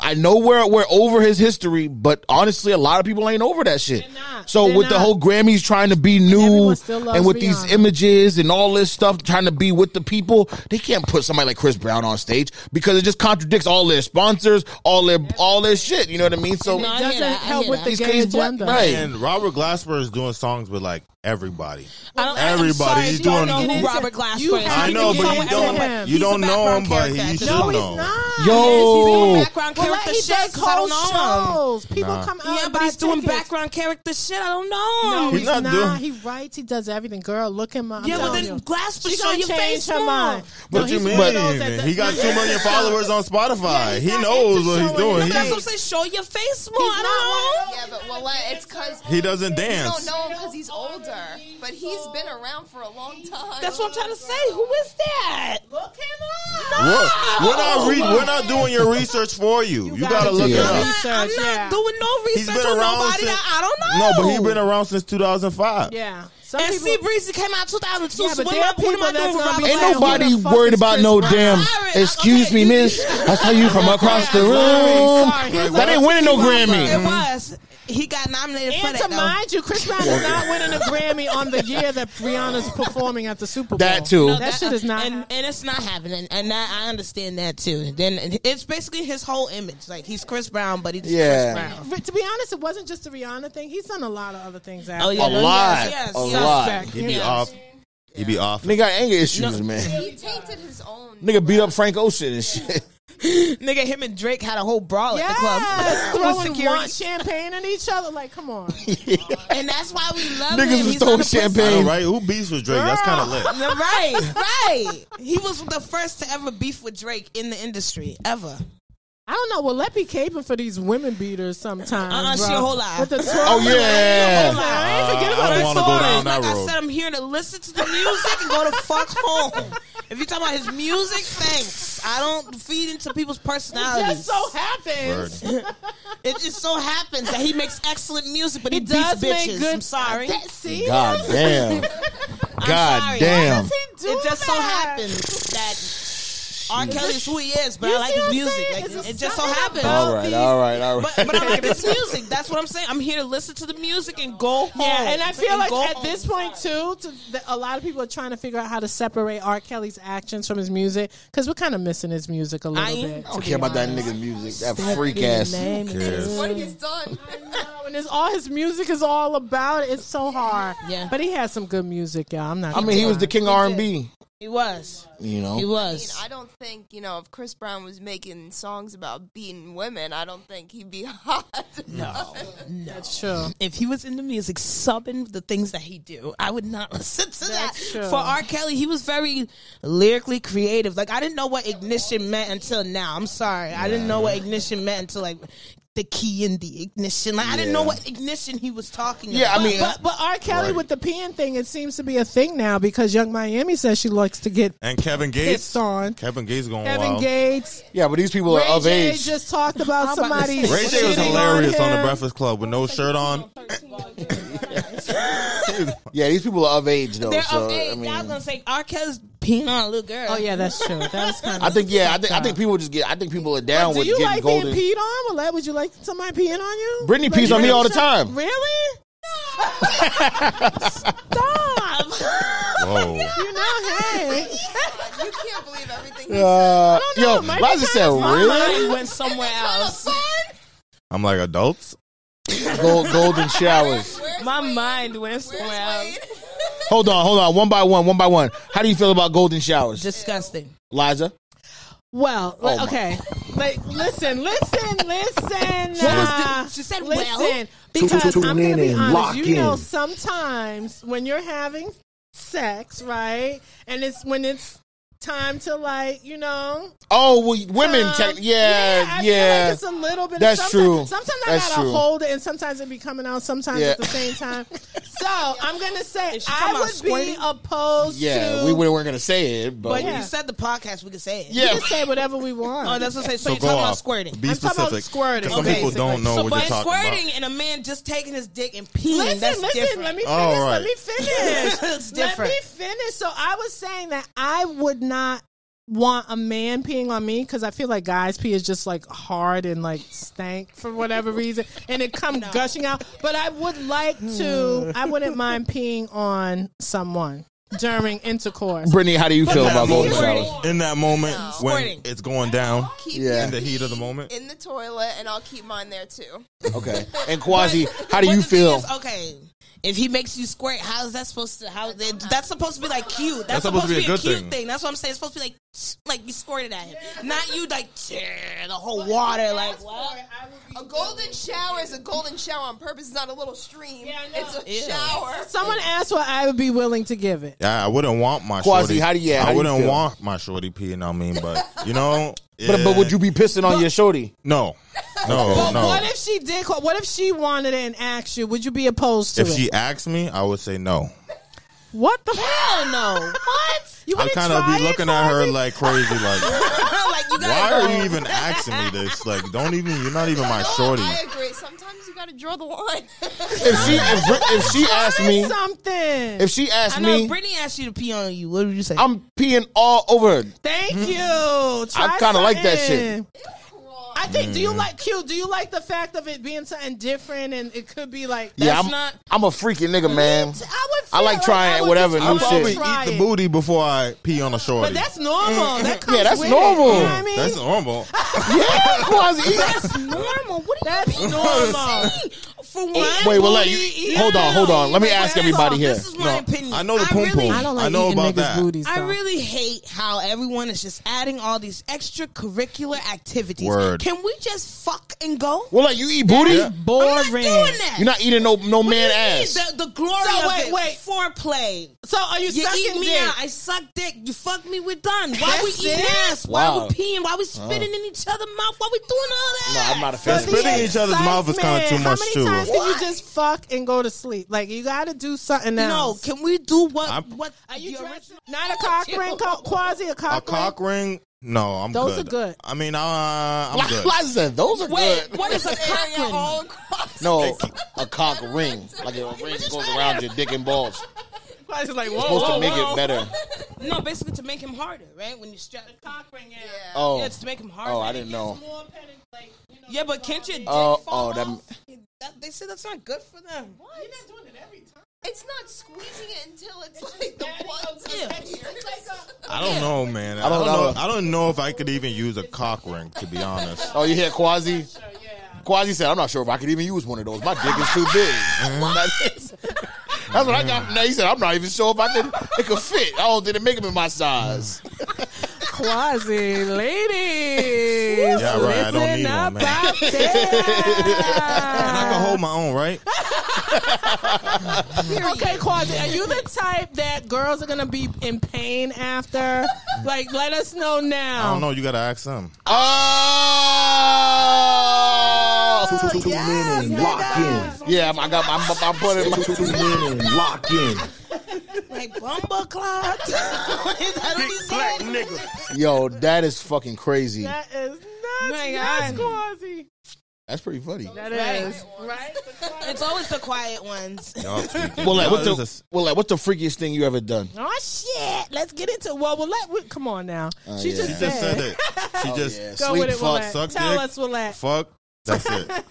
A: I know we're we're over his history, but honestly, a lot of people ain't over that shit.
B: They're not.
A: So
B: They're
A: with the
B: not.
A: whole Grammys trying to be new,
B: everyone still
A: and,
B: loves
A: with these
B: Rihanna.
A: images and all this stuff, trying to be with the people, they can't put somebody like Chris Brown on stage because it just contradicts all their sponsors, all their all their shit. You know what I mean? So
C: No, I hear
B: Doesn't
C: that, I
B: help
C: hear
B: with
C: that.
B: the
A: he's,
B: gay
A: he's black,
B: agenda.
A: right?
F: And Robert Glasper is doing songs with like everybody.
C: I don't,
F: Everybody,
C: I'm
F: you
C: sorry, you
F: doing-
C: don't know who
B: You
C: Robert Glasper
B: have
C: is.
B: to
F: I know,
B: get
F: but
B: someone to
F: you don't
B: him.
F: you
C: He's
F: don't
C: a
F: know him,
C: background
F: but he
C: character at
F: should
C: this
B: No,
C: point.
B: he's
F: know.
B: not.
C: He's doing
A: Yo,
C: background
B: Well,
C: character
B: he
C: shit.
B: does
C: 'cause I don't know him.
B: shows. People come out.
C: Yeah,
B: and
C: but
B: buy
C: he's doing
B: tickets.
C: background character shit. I don't know
B: No,
C: him.
B: he's,
F: He's
B: not.
F: not
B: He writes. He does everything. Girl, look him up. I'm
C: yeah, but
B: telling
C: then
B: you.
C: Glasper
B: She
C: show
B: gonna
C: your
B: change
C: face
B: her
C: more.
B: mind.
A: But
B: No,
A: you
B: he's
A: mean-
B: one of those that
F: he got
B: does-
F: two million followers on
B: Yeah,
F: Spotify.
B: he's
F: he
B: not
F: knows
B: into
F: what he's
B: showing
F: doing.
B: his
F: He-
B: face.
C: That's what I'm saying. Show your face more.
B: He's
C: I
B: not
C: don't know.
B: one
C: him.
G: Yeah, but well, it's because
F: He doesn't
G: you
F: dance.
G: don't know him because he's older, but he's been around for a long time.
C: That's what I'm trying to say. Who is that? Look him up.
F: We're, we're not re- we're not doing your research for you. You,
B: gotta
F: gotta look
A: do
F: it
A: your
F: up.
A: research.
C: I'm not
B: yeah.
C: doing no
F: He's
C: research
F: been
C: on
F: around
C: nobody
F: since
C: that I don't know.
F: No, but he's been around since 2005.
B: Yeah. Some
C: And
B: people-
C: Sea Breezy came out 2002.
B: Yeah,
C: so
B: but
C: what,
B: there
C: am I-
B: are
C: what am I
B: people
C: doing
B: that's gonna
C: for my
B: be
C: black
A: Ain't
B: Like, who
A: nobody
B: the fuck
A: worried
B: is
A: about
B: Chris
A: no
B: Brown?
A: damn.
C: Sorry, I'm-
A: Excuse
C: okay,
A: me,
C: you-
A: miss. I saw you
B: (laughs)
A: from across the room.
C: Sorry, sorry.
A: That ain't winning no
C: It
A: Grammy.
C: was. He got nominated for
B: And
C: that.
B: to
C: though.
B: mind you, Chris Brown is not winning a Grammy on the year that Rihanna's performing at the Super Bowl.
A: That too.
B: That, shit is not.
C: and, and it's not happening. And I, I understand that too. And then and it's basically his whole image. Like he's Chris Brown, but he's just
A: Yeah.
C: Chris Brown.
B: to be honest, it wasn't just the Rihanna thing. He's done a lot of other things. After.
C: Oh, yeah.
A: A lot.
C: Yes, yes,
A: A
C: yes.
A: lot.
F: He be
C: Yeah.
F: off. He be off.
A: Nigga got anger issues, man.
G: He tainted his own.
A: Nigga beat up Frank Ocean and shit. (laughs)
C: Nigga, him and Drake had a whole brawl at the (laughs)
B: Yes,
C: club. With
B: throwing wine,
C: security.
B: champagne at each other. Like, come on.
C: And that's why we love him.
A: Niggas was
C: He's
A: throwing
C: not a pussy.
F: I know,
A: champagne.
F: right? Who beats with Drake? That's kind of lit.
C: Yeah, (laughs) Right, right. He was the first to ever beef with Drake in the industry, ever.
B: I don't know. Well, let be caping for these women beaters sometimes.
C: Uh-uh, she
B: bruh.
C: a whole lot.
B: With the twirl-
A: Oh yeah.
B: I ain't forget
F: Uh, I
B: about
F: don't
B: her
F: wanna go
B: story.
F: down that
C: Like I
F: road.
C: said, I'm here to listen to the music and go to fuck home. If you're talking about his music, thanks. I don't feed into people's
B: Just
C: personalities.
B: so happens.
F: Word.
C: It just so happens that he makes excellent music, but he,
B: He does
C: does beats bitches.
B: make good-
C: I'm sorry.
B: That, see?
A: God damn. God
C: sorry.
A: damn.
B: He do
C: it just so
B: that.
C: happens that R. Kelly is who he is, but
B: You
C: I like
B: see what
C: his
B: I'm
C: music.
B: saying?
C: Like,
B: It's just
C: it just so
B: something
C: happens.
B: about-
A: All right, all right, all
C: But,
A: right.
C: but I like this music. That's what I'm saying. I'm here to listen to the music and go home.
B: Yeah, and I feel like
C: go
B: at
C: home.
B: this point too, to the, a lot of people are trying to figure out how to separate R. Kelly's actions from his music because we're kind of missing his music a little
C: I-
B: bit.
A: I don't care about that nigga's music. That freak ass.
B: Name is-
F: Cares.
G: What he's
C: (laughs)
G: done.
B: Oh, and it's all his music is all about. It's so hard.
C: Yeah.
B: but he had some good music, y'all. I'm not.
A: I mean, he was the king of R&B.
C: he was,
A: You
C: he
A: know.
G: I mean,
C: was.
G: I don't think you know if Chris Brown was making songs about beating women, I don't think he'd be (laughs) hot.
C: No, no.
B: That's true.
C: If he was in the music subbing the things that he do, I would not (laughs) listen to
B: That's
C: that.
B: true.
C: For R. Kelly, he was very lyrically creative. Like I didn't know what ignition meant until now. I'm sorry, I didn't know what ignition meant until like the key in the ignition. Like I didn't know what ignition he was talking
A: Yeah,
C: about.
A: I mean,
B: But, but R. Kelly
F: Right.
B: with the peeing thing, it seems to be a thing now because Young Miami says she likes to get
F: And Kevin Gates.
B: pissed on.
F: Kevin Gates going
B: Kevin
F: wild.
B: Gates,
A: yeah, but these people are
B: Ray
A: of
B: J
A: age.
B: just talked about somebody.
F: Ray J was
B: shitting
F: hilarious on
B: him.
F: the Breakfast Club with no shirt on.
A: (laughs) yeah, these people are of age though.
C: They're
A: so
C: of age.
A: I
C: I,
A: mean,
C: was gonna say R. Kelly's peeing on a little girl.
B: Oh yeah,
C: (laughs)
B: that's true. That was kind
A: I
B: of.
A: think yeah, I think I think people just get. I think people are down
B: Do
A: with
B: you
A: getting
B: like
A: golden.
B: being peed on? Well, would you like somebody peeing on you?
A: Britney
B: Like,
A: pees on me
B: really?
A: all the time.
B: Really?
C: (laughs)
F: Whoa.
B: You know, hey.
G: you can't believe everything.
A: Uh, yo,
B: know, Michael
A: Liza said,
B: Jackson's
A: really?
C: went (laughs) somewhere else.
F: I'm like adults.
A: Gold, golden
B: (laughs)
A: showers.
C: My mind went somewhere else.
A: Hold on, hold on. One by one, one by one. How do you feel about golden showers,
C: Disgusting.
A: Liza?
B: Well,
A: Oh, my-
B: okay. Like, listen,
A: (laughs)
B: listen, listen. uh,
C: she said,
B: listen,
C: well.
B: because I'm going to be honest.
E: lock
B: you know,
E: in.
B: sometimes when you're having sex, right, and it's when it's time to like, you know,
A: Oh, well, women.
B: um,
A: tech- yeah, yeah.
B: I Feel like it's a little bit.
A: That's
B: of
A: true.
B: sometimes, Sometimes I
A: That's
B: gotta
A: true.
B: hold it, and sometimes it be coming out. Sometimes
A: Yeah.
B: at the same time. So I'm
A: (laughs)
B: gonna say
C: she talking
B: I
C: about
B: would be
C: squirting?
B: opposed
A: yeah,
B: to.
A: we weren't going to say it, but.
B: But yeah.
C: You said the podcast, we could say it.
B: we
A: yeah.
B: can say whatever we want.
C: Oh, that's what I'm saying. So,
F: So
C: you're
F: go
C: talking
F: off.
C: about squirting.
F: Be
B: I'm talking about
F: specific. 'cause
B: squirting,
F: Some people
B: basically.
F: don't know
C: so,
F: what
C: but
F: you're talking
C: squirting
F: about.
C: and a man just taking his dick and peeing,
B: Listen,
C: that's
B: listen,
C: different.
B: let me finish.
F: All
B: Let
F: right.
B: me
F: (laughs)
B: finish.
C: It's different.
B: Let me finish. So I was saying that I would not want a man peeing on me because I feel like guys pee is just like hard and like stank for
F: (laughs)
B: whatever reason, and it come gushing out. But I would like
F: (sighs)
B: to. I wouldn't mind peeing on someone during intercourse.
A: Brittany, how do you feel about golden
C: squirting.
A: (laughs) showers?
F: In that moment when
C: Squirting.
F: it's going down,
G: Keep
A: Yeah.
F: in the heat of the moment.
G: in the toilet, and I'll keep mine there too.
A: Okay. And Quasi, how do
C: But
A: you
C: the thing
A: feel?
C: is, okay, if he makes you squirt, how is that supposed to? How that's supposed to be like cute? That's, supposed, to be, a,
F: good
C: cute thing.
F: thing.
C: That's what I'm saying. It's supposed to be like tss, like you squirted at him, not you like tear the whole water. Like what?
G: A golden shower is a golden shower on purpose. It's not a little stream. It's a
C: Ew.
G: shower.
B: Someone asked what I would be willing to give it.
F: Yeah, I wouldn't want my
A: Quasi,
F: shorty.
A: how do you- how do
F: I
A: you
F: wouldn't
A: feel?
F: want my shorty peeing on me, but you know.
A: But, but would you be pissing on your shorty?
F: No, no, no.
B: What if she did? call- What if she wanted it and asked you? Would you be opposed to
F: If
B: it?
F: she asked me, I would say no.
B: what the
C: Hell
B: (laughs)
C: no! what?
B: You
F: I
B: wouldn't
F: kind of
B: try
F: be
B: it,
F: looking at her
B: Quasi?
F: like crazy, like,
C: (laughs) like you
F: why
C: gotta
F: are
C: go.
F: you even asking me this? Like, don't even. You're not even my
G: No,
F: shorty.
G: I agree. Sometimes you gotta draw the line. (laughs)
A: If she if, Brit- if she asked me,
B: something.
A: if she
C: I
A: asked
C: know. if
A: me,
C: Brittany asked you to pee on you. What would you say?
A: I'm peeing all over her.
B: Thank
C: Mm-hmm.
B: you. Try
A: kinda like that
B: something.
G: (laughs)
B: I think.
F: Mm.
B: Do you like Q? Do you like the fact of it being something different and it could be like?
A: Yeah,
C: That's
A: I'm
C: not-
A: I'm a freaky nigga, man.
B: I would.
A: I
B: feel
A: like trying
B: I would
A: whatever
B: just
A: new
B: like
A: shit.
F: Probably
B: to try
F: eat the
B: it.
F: booty before I pee on a
B: But
F: shorty.
B: that's normal.
F: Mm-hmm.
B: That comes
A: Yeah, that's
B: with it.
A: normal.
B: You know what I mean?
F: That's normal.
A: (laughs) Yeah, Quasi.
F: (laughs)
C: That's normal. What
A: (laughs)
C: are
B: That's normal.
C: you for one?
A: Wait, well, let
C: booty,
A: you-
C: eat-
A: hold on, hold on. Let me
C: That's
A: ask everybody
C: all.
A: here.
C: This is my opinion.
F: I know
C: (laughs)
F: the poom
C: really-
F: poom.
B: I don't like
F: I know
B: eating
F: about
B: niggas'
F: that.
B: booties.
C: I
B: though.
C: really hate how everyone is just adding all these extracurricular activities.
F: Word.
C: Can we just fuck and go?
A: Well, like you eat booty?
F: Yeah.
C: I'm not
B: boring.
C: doing that.
A: You're not eating no no
C: What do you
A: man
C: mean?
A: ass.
C: The, the glory
B: So,
C: of
B: wait,
C: it.
B: wait.
C: Foreplay.
B: So are you,
C: You
B: sucking
C: eat me
B: dick?
C: out. I suck dick. You fuck me. We're done. Why
B: That's
C: we eating
B: it?
C: ass? Why
A: Wow.
C: we peeing? Why we spitting in each other's mouth? Why we doing all that?
A: no, I'm not a
B: But
A: fan.
B: the
A: of that.
F: Spitting in each other's mouth is kinda too
B: excitement,
F: much,
B: How many
F: too.
B: times can you just fuck and go to sleep? Like you got to do something
C: No,
B: else.
C: can we do what?
F: I'm-
C: what
B: are you
C: the
B: dressed?
C: original-
B: Not a cock ring, co- quasi a cock
F: A cock
B: ring.
F: ring? No, I'm
B: Those
F: good.
B: are good.
F: I mean, uh,
A: (laughs)
F: I'm good.
A: Liza, those are
C: Wait,
A: good. (laughs)
C: what is a cock ring?
G: All across.
A: No, a cock ring, like a ring that goes around your dick and balls.
B: Quasi's like, whoa,
A: Supposed
B: whoa,
A: to make
B: whoa.
A: it better.
C: No, basically to make him harder, right? When you strap the cock ring in,
A: Oh,
C: yeah, it's to make him harder.
A: oh, I didn't know.
C: Yeah, but can't your dick
A: Oh,
C: fall
A: oh, that-
C: off? That- they say that's not good for them.
G: It's not squeezing it until it's like the blood's
C: Yeah.
G: (laughs)
F: I don't know, man. I
A: don't
F: don't, know.
A: know.
F: I don't know if I could even use a cock ring, to be (laughs) honest.
A: Oh, you hear Quasi? Quasi said, "I'm not sure if I could even use one of those. My dick is too big." That's that's what I got from that. He said, "I'm not even sure if I could it could fit. I don't think it make them in my size."
B: Quasi ladies.
F: Yeah, right. I don't need one, man. And (laughs) I can hold my own, right?
B: okay, Quasi, are you the type that girls are gonna be in pain after? Like, let us know now.
F: I don't know. You gotta ask them.
A: Oh,
E: Two men and lock in.
A: yeah. I got my my, my butt in my.
E: Two men and lock in.
C: (laughs) Like bumble clot. (laughs) that what he's saying?
A: Yo, that is fucking crazy.
B: That is nuts.
C: My
B: yes,
C: God.
B: Quasi.
A: That's pretty funny.
B: That
C: Right.
B: is right.
C: It's always the quiet ones.
F: (laughs) Y'all tweaking.
A: Well, like,
F: Y'all
A: what's
F: is
A: the
F: a s-
A: well, like, what's the freakiest thing you ever done?
B: Oh shit! Let's get into. Well, well, let. We, come on now. she
A: yeah. She
B: just
F: Oh, She just
B: said.
F: said it. She just
A: yeah.
B: Go
A: Sleep,
B: with it,
A: fuck,
B: Willette.
F: suck
B: Tell
F: dick.
B: us, Willette.
F: fuck. That's it.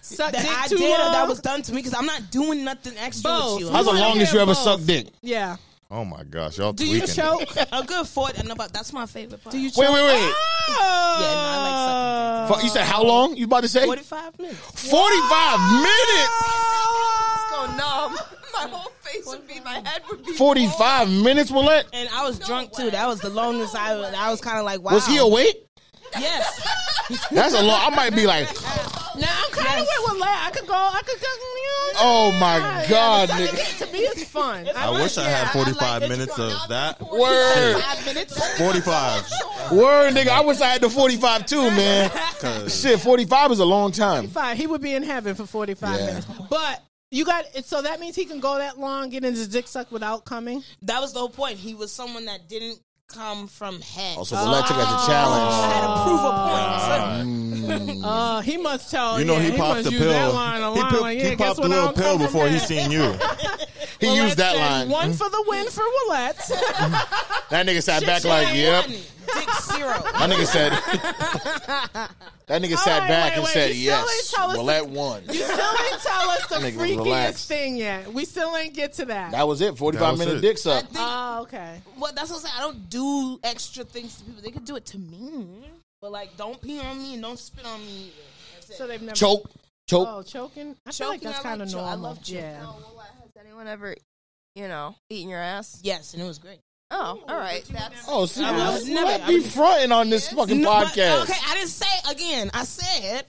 B: Suck dick
C: that I
B: too
C: did or
B: long.
C: that was done to me because I'm not doing nothing extra
B: Both.
C: with you.
A: How's the
B: wanna
A: longest
B: hear
A: you ever
B: both.
A: sucked dick?
B: (laughs) yeah.
F: Oh my gosh, y'all
B: Do you
F: tweaking.
B: choke?
C: (laughs) a good four. And about that's my favorite part.
B: Do you choke?
A: Wait, wait, wait.
B: Oh!
C: Yeah, no, I
A: Fu- You said how long? You about to say
C: like sucking. Forty-five minutes.
A: 45 minutes?
G: Go numb. My whole face would be, my head would be.
A: 45 minutes, Willette?
C: And I was drunk too. That was the longest I. was- I was kind of like, wow.
A: Was he awake?
C: Yes.
A: That's a long. I might be like,
B: Now I'm kind of with Willette. I could go. I could go.
A: oh my God,
B: Yeah, sucking
A: nigga.
B: dick to me is fun.
F: I wish I had 45 minutes of that.
B: (laughs)
A: Word,
B: Five minutes.
F: 45.
A: word, nigga. I wish I had the 45 too, man.
F: 'cause-
A: Shit, 45 is a long time.
B: Fine. He would be in heaven for 45
A: Yeah.
B: minutes. But you got it. So that means he can go that long, get his dick sucked without coming.
C: That was the whole point. He was someone that didn't come from head.
A: Also, Oh, Willette took out the challenge.
C: I had to prove a point.
B: Uh, he must tell.
F: You know
B: yeah,
F: he popped
B: must
F: the
B: use that
F: pill.
B: line a
F: He
B: lot.
F: pip-
B: Like, yeah,
F: He
B: guess
F: popped a
B: what? I
F: little
B: don't come
F: pill
B: from
F: before he
B: head. (laughs)
F: seen you.
A: He
B: Willette
A: used that
B: said,
A: line.
B: One for the win for Willette.
F: (laughs)
A: That nigga sat back
C: Shit,
A: like,
C: I
A: yep.
C: won. Dick (laughs) zero.
A: That nigga said. That nigga sat
B: right,
A: back
B: wait,
A: and
B: wait.
A: said,
B: You still ain't
A: yes.
B: tell us
A: Willette won.
B: you still ain't tell us the
A: Nigga,
B: freakiest
A: relax.
B: thing yet. We still ain't get to that.
A: That was it. 45
F: was
A: minute
F: it.
A: dick suck.
B: Oh, okay.
C: Well, that's what I'm saying. I don't do extra things to people. They could do it to me, but like, don't pee on me and don't spit on me.
B: So they've never
A: Choke. Choke.
B: Oh, choking. I feel like
C: Choking,
B: that's
C: I
B: kind of
C: like cho- I
B: normal.
C: love choking.
B: Yeah.
G: Oh, Has anyone ever, you know, eaten your ass?
C: Yes, and it was great.
G: Oh, all right. That's
A: Oh, see,
C: I
A: Willette
C: was never-
A: Willette
C: I
A: be
C: was-
A: fronting on this fucking
C: No, but-
A: podcast.
C: okay, I didn't say again. I said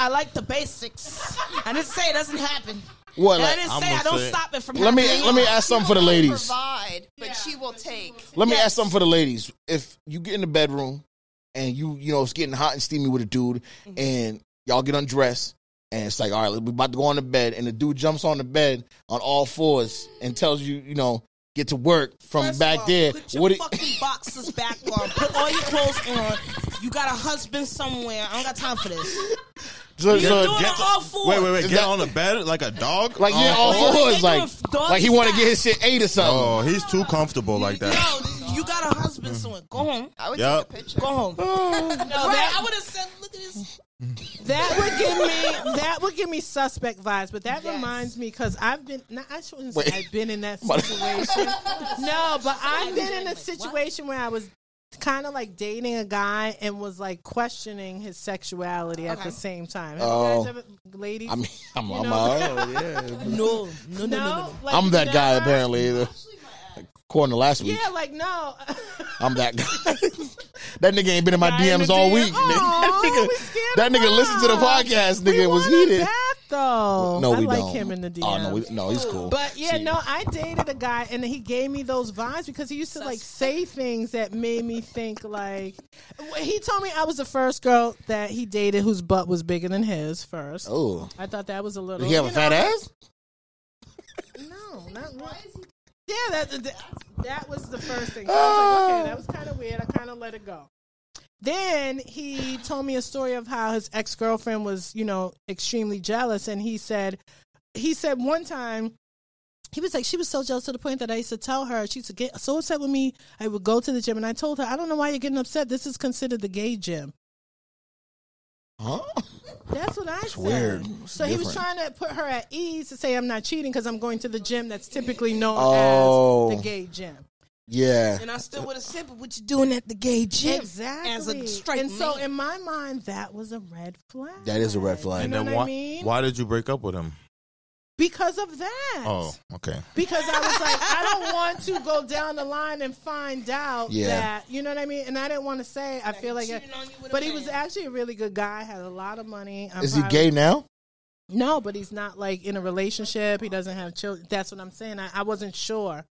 C: I like the basics. I didn't say it doesn't happen.
A: What?
C: And I
A: Like,
C: didn't
F: I'm
C: say I
F: gonna
C: don't
F: say-
C: stop it from
A: let me
C: happening.
A: let me ask something for the ladies.
G: provide, but she will take.
A: Let me ask something for the ladies. If you get in the bedroom and you you know it's getting hot and steamy with a dude,
C: Mm-hmm.
A: and y'all get undressed, and it's like all right, we about to go on the bed, and the dude jumps on the bed on all fours and tells you you know get to work from
C: First of
A: back
C: all,
A: there.
C: Put your
A: What? It,
C: fucking boxes back on. Put all your clothes on. You got a husband somewhere. I don't got time for this.
A: so, so-
C: doing it all fours.
F: Wait, wait, wait.
A: Is
F: Get
A: that-
F: on the bed like a dog?
A: (laughs) like yeah,
F: Oh,
A: all
C: fours?
A: fours
C: They
A: like
C: doing doggy
A: like he want to
C: style.
A: get his shit ate or
F: (laughs)
A: something.
F: Oh, he's too comfortable like that. Mm.
C: No, you got a husband somewhere. Go home.
G: I would
F: Yup.
G: take a picture.
C: Go home.
A: Oh.
B: that-
C: I would have said, look at this.
B: That would
A: (laughs)
B: give me that would give me suspect vibes, but that reminds me because I've been no, I shouldn't say
A: Wait.
B: I've been in that
A: (laughs) What?
B: situation. no, but I've been in a
C: Like, what?
B: situation where I was kind of like dating a guy and was like questioning his sexuality at the
C: Okay.
B: same time. Have
A: Oh.
B: you guys ever, ladies?
A: I mean, I'm, I'm,
B: know.
A: uh, yeah.
C: No, no, no,
B: no,
C: no, no.
B: Like,
A: I'm that guy
B: never?
A: apparently. Either. According to last week,
B: Yeah, like no.
A: I'm that guy. (laughs) that nigga ain't been in my
B: Guy in
A: DMs
B: the
A: all
B: DM.
A: week. nigga. (laughs)
B: Aw,
A: that
B: we
A: nigga,
B: scared
A: that
B: him
A: nigga listened to the
B: out.
A: podcast.
B: (laughs) we
A: Nigga was
B: wanted
A: heated.
B: That though.
A: No,
B: I
A: we
B: like
A: don't.
B: him in the DMs.
A: Oh no, we, no, he's cool.
B: But yeah,
A: See,
B: no, I dated a guy and he gave me those vibes because he used to like say things that made me think like he told me I was the first girl that he dated whose butt was bigger than his first.
A: Oh,
B: I thought that was a little.
A: did he have a
B: you
A: fat
B: know,
A: ass?
B: No, not Yeah, that, that that was the first thing. So I was like, okay, that was kind of weird. I kind of let it go. Then he told me a story of how his ex girlfriend was, you know, extremely jealous, and he said, he said one time. He was like, she was so jealous to the point that I used to tell her, she used to get so upset with me. I would go to the gym and I told her, I don't know why you're getting upset. This is considered the gay gym.
A: Huh?
B: (laughs) That's what I said.
A: weird. It's
B: so he was
A: different.
B: trying to put her at ease to say I'm not cheating because I'm going to the gym that's typically known
A: Oh.
B: as the gay gym.
A: Yeah.
C: And I still would have said, but what you doing at the gay gym?
B: Exactly.
C: As a straight
B: and so
C: man.
B: in my mind, that was a red flag.
A: That is a red flag.
B: You
A: And
B: know what
F: why,
B: I mean?
F: why did you break up with him?
B: Because of that.
F: Oh, okay.
B: Because I was like, I don't want to go down the line and find out
A: Yeah.
B: that you know what I mean. And I didn't want to say. I feel like,
C: cheating
B: I-
C: on you with a
B: but he was
C: man.
B: actually a really good guy. Had a lot of money. I'm
A: Is he
B: probably-
A: gay now?
B: No, but he's not like in a relationship. He doesn't have children. That's what I'm saying. I, I wasn't sure.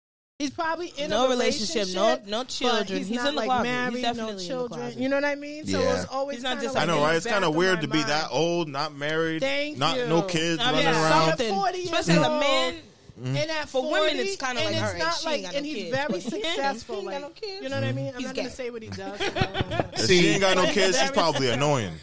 B: He's probably in
C: No
B: a
C: relationship,
B: relationship.
C: no- no
B: but
C: children.
B: He's,
C: He's
B: not
C: in the
B: like
C: closet. He's
B: married, no
C: definitely in the
B: children.
C: closet.
B: You know what I mean? So
A: Yeah.
B: it's always
C: He's not
B: kinda
C: just-
B: like
F: I know,
B: in
F: right?
B: the
F: It's kind
B: back
F: of weird
B: my
F: to be that
B: mind.
F: old, not married,
B: Thank
F: not
B: you.
F: no kids
C: I mean,
F: running
B: Yeah.
F: around. Mm-hmm.
B: Something. 40 years
C: Especially as a
B: old.
C: man.
B: And at
C: For
B: 40,
C: women, it's kinda
B: and
C: like,
B: it's
C: all right,
B: not
C: she
B: like,
C: ain't got
B: and
C: no
B: he's
C: (laughs) kids.
B: very
C: He ain't
B: successful.
C: got
B: Like,
C: no kids.
B: you know what I mean? I'm
C: He's
B: not gonna
C: gay.
B: say what he
C: (laughs)
B: does. um,
F: If
A: See-
F: she ain't got no kids, she's probably annoying.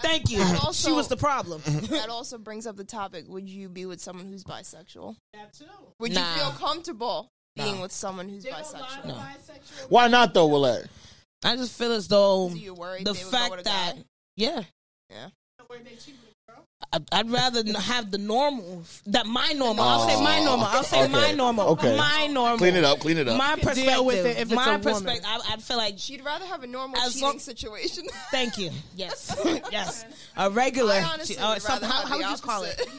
C: Thank you.
G: And also-
C: she was the problem.
F: Mm-hmm.
G: That also brings up the topic: Would you be with someone who's bisexual?
B: That too.
G: Would
C: Nah.
G: you feel comfortable being
C: Nah.
G: with someone who's bisexual?
B: bisexual.
A: Why not though, Willette?
C: I just feel as though
G: So you're worried
C: the
G: they would go with
C: fact
G: a guy?
C: that yeah,
G: Yeah.
C: I- I'd rather n- have the normal that my normal. I'll say my normal. I'll say
A: okay.
C: my normal.
A: Okay.
C: My normal.
A: Clean it up, clean it up.
C: My perspective.
B: Deal with it if it's
C: my
B: a woman.
C: perspective. I, I'd feel like.
G: She'd rather have a normal
C: As
G: cheating (laughs)
C: long-
G: situation.
C: Thank you.
G: (laughs)
C: Yes. yes. A regular.
G: I honestly
C: che- or
G: would
C: some-
G: rather
C: Oh, how
G: have
C: how
G: the
C: would you call
G: (laughs)
C: it?
G: opposite.
C: (laughs)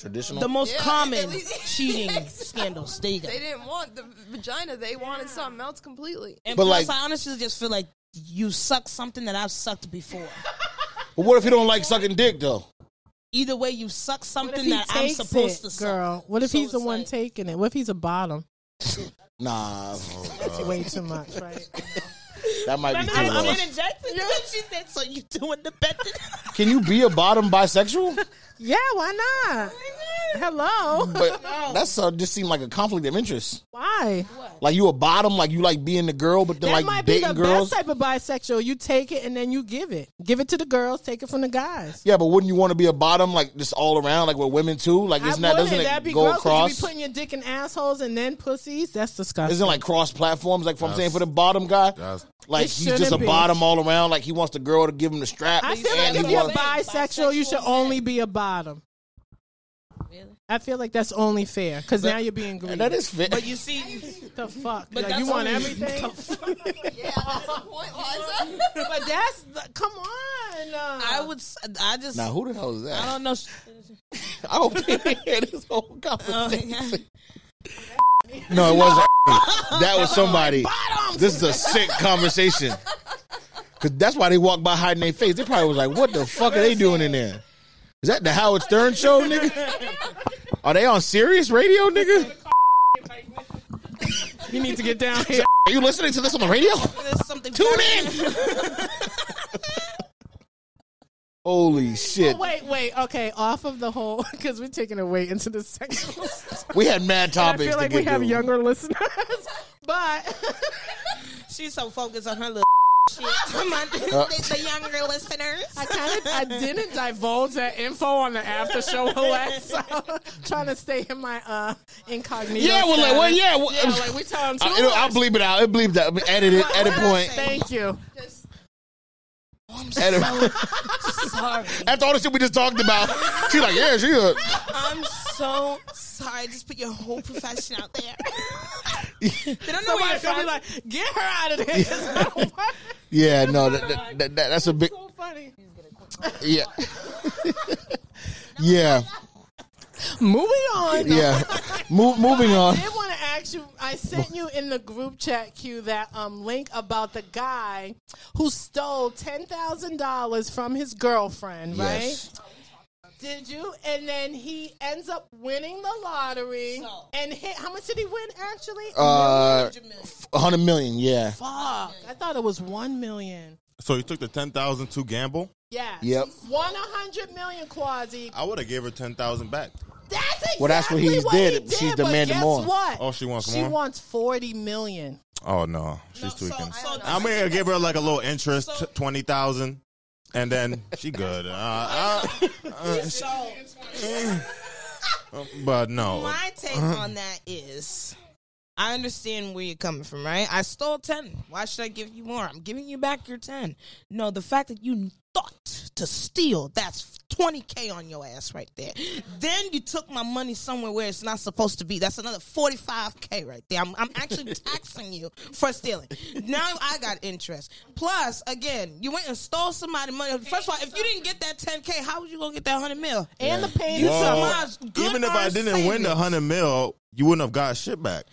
A: Traditional.
C: The most
G: Yeah, at (laughs)
C: common
G: least-
C: cheating
G: Exactly.
C: scandals. There you go.
G: They didn't want the vagina. They wanted something else completely.
C: And
A: But,
C: plus,
A: like-
C: I honestly just feel like you suck something that I've sucked before.
A: But what if you don't like sucking dick though?
C: Either way, you suck
B: What if
C: something
B: he
C: that I'm
B: takes
C: supposed
B: it,
C: to suck.
B: girl? What if
C: So
B: he's the
C: it's
B: one
C: like-
B: taking it? What if he's a bottom?
A: Nah, (laughs)
B: That's way too much, right?
A: that might be
C: Remember, I'm
A: too much.
C: interjecting. (laughs) She said, "So you doing the betting?"
A: Can you be a bottom
B: (laughs)
A: bisexual?
B: (laughs) yeah, why not? Hello.
A: But that's uh, just seemed like a conflict of interest.
B: Why?
A: Like you a bottom, like you like being the girl, but then
B: that
A: like
B: might be
A: dating
B: the
A: girls.
B: best type of bisexual. You take it and then you give it. Give it to the girls, take it from the guys.
A: Yeah, but wouldn't you want to be a bottom like just all around, like with women too? Like isn't that
B: wouldn't.
A: doesn't
B: That'd be
A: it go
B: gross 'cause
A: across?
B: You be putting your dick in assholes and then pussies. That's disgusting.
A: Isn't it, like cross platforms? Like if I'm saying
F: That's-
A: for the bottom guy,
F: That's
A: like
B: It
A: he's just a
B: shouldn't be.
A: bottom all around. Like he wants the girl to give him the strap.
B: I feel
A: and
B: like
A: he
B: if you're
A: wants-
B: bisexual, you should
C: Bisexual men.
B: only be a bottom.
C: Really?
B: I feel like that's only fair because now you're being greedy.
A: that is fit.
C: (laughs) But you see,
B: the fuck.
C: but
B: Like,
C: that's
B: you want
C: only-
B: everything. (laughs)
G: Yeah, that's the point, Liza.
B: but that's the- come on. uh,
C: I would. s- I just.
A: now who the hell is
C: I
A: that?
C: don't know.
A: (laughs) I hope they hear Oh, this whole
C: Uh,
A: conversation. No, it (laughs) wasn't. that was somebody. This is a sick conversation. Cause that's why they walked by hiding their face. They probably was like, "What the fuck are they doing in there? Is that the Howard Stern show, nigga? Are they on serious radio, nigga?
B: you need to get (laughs) down here.
A: Are you listening to this on the radio?
C: there's something.
A: Tune in. Holy shit!
B: Wait, wait. Okay, off of the whole (laughs) because we're taking it way into the
A: (laughs)
B: sexual. stuff.
A: We had mad
B: I
A: topics.
B: feel like
A: to get
B: we have
A: through.
B: younger listeners, (laughs) but
C: She's so focused on
B: (laughs)
C: her little shit. Come
A: Uh.
C: on, (laughs) the younger listeners.
B: I kind of I didn't divulge that info on the after show (laughs) Alexis. So (laughs) trying to stay in my uh incognito.
A: Yeah, well, like, well,
B: status.
A: yeah. Well,
B: yeah, like we tell them too.
A: I, it'll, I'll
B: much.
A: bleep it out. It bleeped out. Edit it. Edit point.
B: Thank you.
A: Edit.
C: (laughs) Sorry,
A: After all the shit we just talked about, she's like, yeah, she a,
C: I'm so sorry. Just put your whole profession out
A: (laughs)
C: there. (laughs) they don't know where
B: Somebody's
C: you're
B: gonna be
C: from.
B: like, get her out of here. (laughs)
A: yeah, no, that, that, that, that- that's a big,
B: so funny.
A: yeah, (laughs) yeah,
B: Moving on.
A: yeah. Mo- moving on.
B: I did want to ask you. I sent you in the group chat Q that um, link about the guy who stole ten thousand dollars from his girlfriend. Right?
A: Yes.
B: Did you? And then he ends up winning the lottery.
C: So-
B: And hit, how much did he win? Actually,
A: Uh, hundred million. Yeah.
B: fuck. I thought it was one million.
F: so you took the ten thousand to gamble.
B: Yeah.
A: Yep.
B: One hundred million quasi.
F: I would have gave her ten thousand back.
B: That's exactly
A: Well, that's what he
B: he
A: did.
B: did.
A: She's
B: but
A: demanding
B: guess
A: more.
B: What?
F: Oh, she wants
B: she
F: more.
B: wants forty million.
F: oh no, she's tweaking.
C: so-
F: I am gonna give her like a little interest,
C: So-
F: t- twenty thousand, and then
C: (laughs)
F: she good. Uh, uh, uh, she-
C: So
F: but no,
C: my take
A: Uh-huh.
C: on that is, I understand where you're coming from, right? I stole ten. Why should I give you more? I'm giving you back your ten. No, the fact that you thought to steal that's. 20k on your ass right there. Then you took my money somewhere where it's not supposed to be. That's another 45k right there. I'm, I'm actually taxing you for stealing. Now I got interest. Plus, again, you went and stole somebody money. First of all, if you didn't get that 10k, how was you gonna get that 100 mil?
B: And the pain.
C: You
B: is
C: took
B: so
C: my good
F: even if I
C: earned
F: didn't win the
C: savings.
F: hundred mil, you wouldn't have got shit back.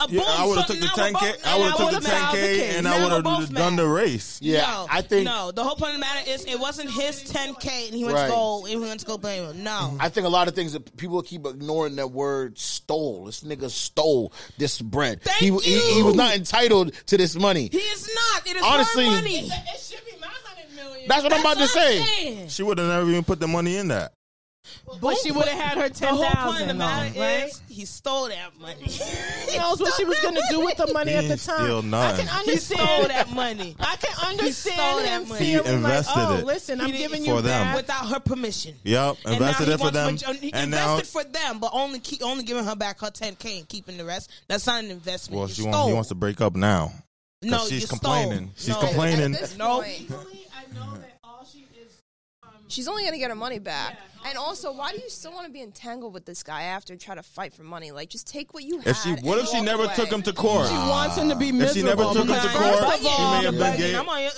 C: Uh,
F: Yeah,
C: boom,
F: I would have
C: so
F: took the
C: now
F: ten
C: we're
F: k.
C: both-
F: I would have
C: now
F: took
C: we're
F: the
C: both
F: ten k,
C: mad.
F: and
C: Now
F: I would
C: we're both
F: have done the
C: mad.
F: race.
A: Yeah,
C: No,
A: I think
C: no. The whole point of the matter is it wasn't his 10k, and he went
A: Right.
C: to go. And he went to go blame him. No,
F: Mm-hmm.
A: I think a lot of things that people keep ignoring that word stole. This nigga stole this bread.
C: Thank
A: he, he he
C: you.
A: was not entitled to this money.
C: he is not. It is
A: Honestly,
C: her money.
B: It should be my hundred million.
A: That's what I'm about to
C: That's what I'm
A: say.
C: saying.
F: She would have never even put the money in that.
B: But she would have had her
C: The
B: ten
C: whole point of the
B: thousand.
C: matter
B: Right?
C: is he stole that money.
B: Who knows what she was going to do with the money
F: He
B: at the
F: ain't
B: time?
F: steal
B: I
F: none.
B: can
C: (laughs) He stole
B: understand.
C: that money
B: I can
C: stole
B: understand
C: that
B: him
C: money. He
B: feeling like,
F: invested
B: oh,
F: it
B: listen, I'm
C: He didn't-
B: giving
F: for
B: you
F: them.
B: that.
C: without her permission.
F: Yep,
C: And now
F: invested
C: he
F: it for
C: wants
F: them,
C: what you- he
F: and now
C: invested for them, but only keep, only giving her back her 10k and keeping the rest. That's not an investment.
F: well,
C: you
F: she
C: stole.
F: wants, he wants to break up now. 'Cause
C: No, you
F: she's
C: stole.
F: complaining. She's
C: No.
F: complaining.
G: At this
C: No.
G: point,
B: I know that all she is um,
G: She's only gonna get her money back. And also, why do you still want to be entangled with this guy after and try to fight for money? Like, just take what you had.
F: If she, what
G: and
F: if she
G: walk
F: never
G: away.
F: took him to court?
H: She wants him to be
F: If
H: miserable.
F: she never took him to
H: because-
F: court,
C: First
F: she
C: of all,
F: may have been
C: Brittany,
F: gay.
C: I'm on your-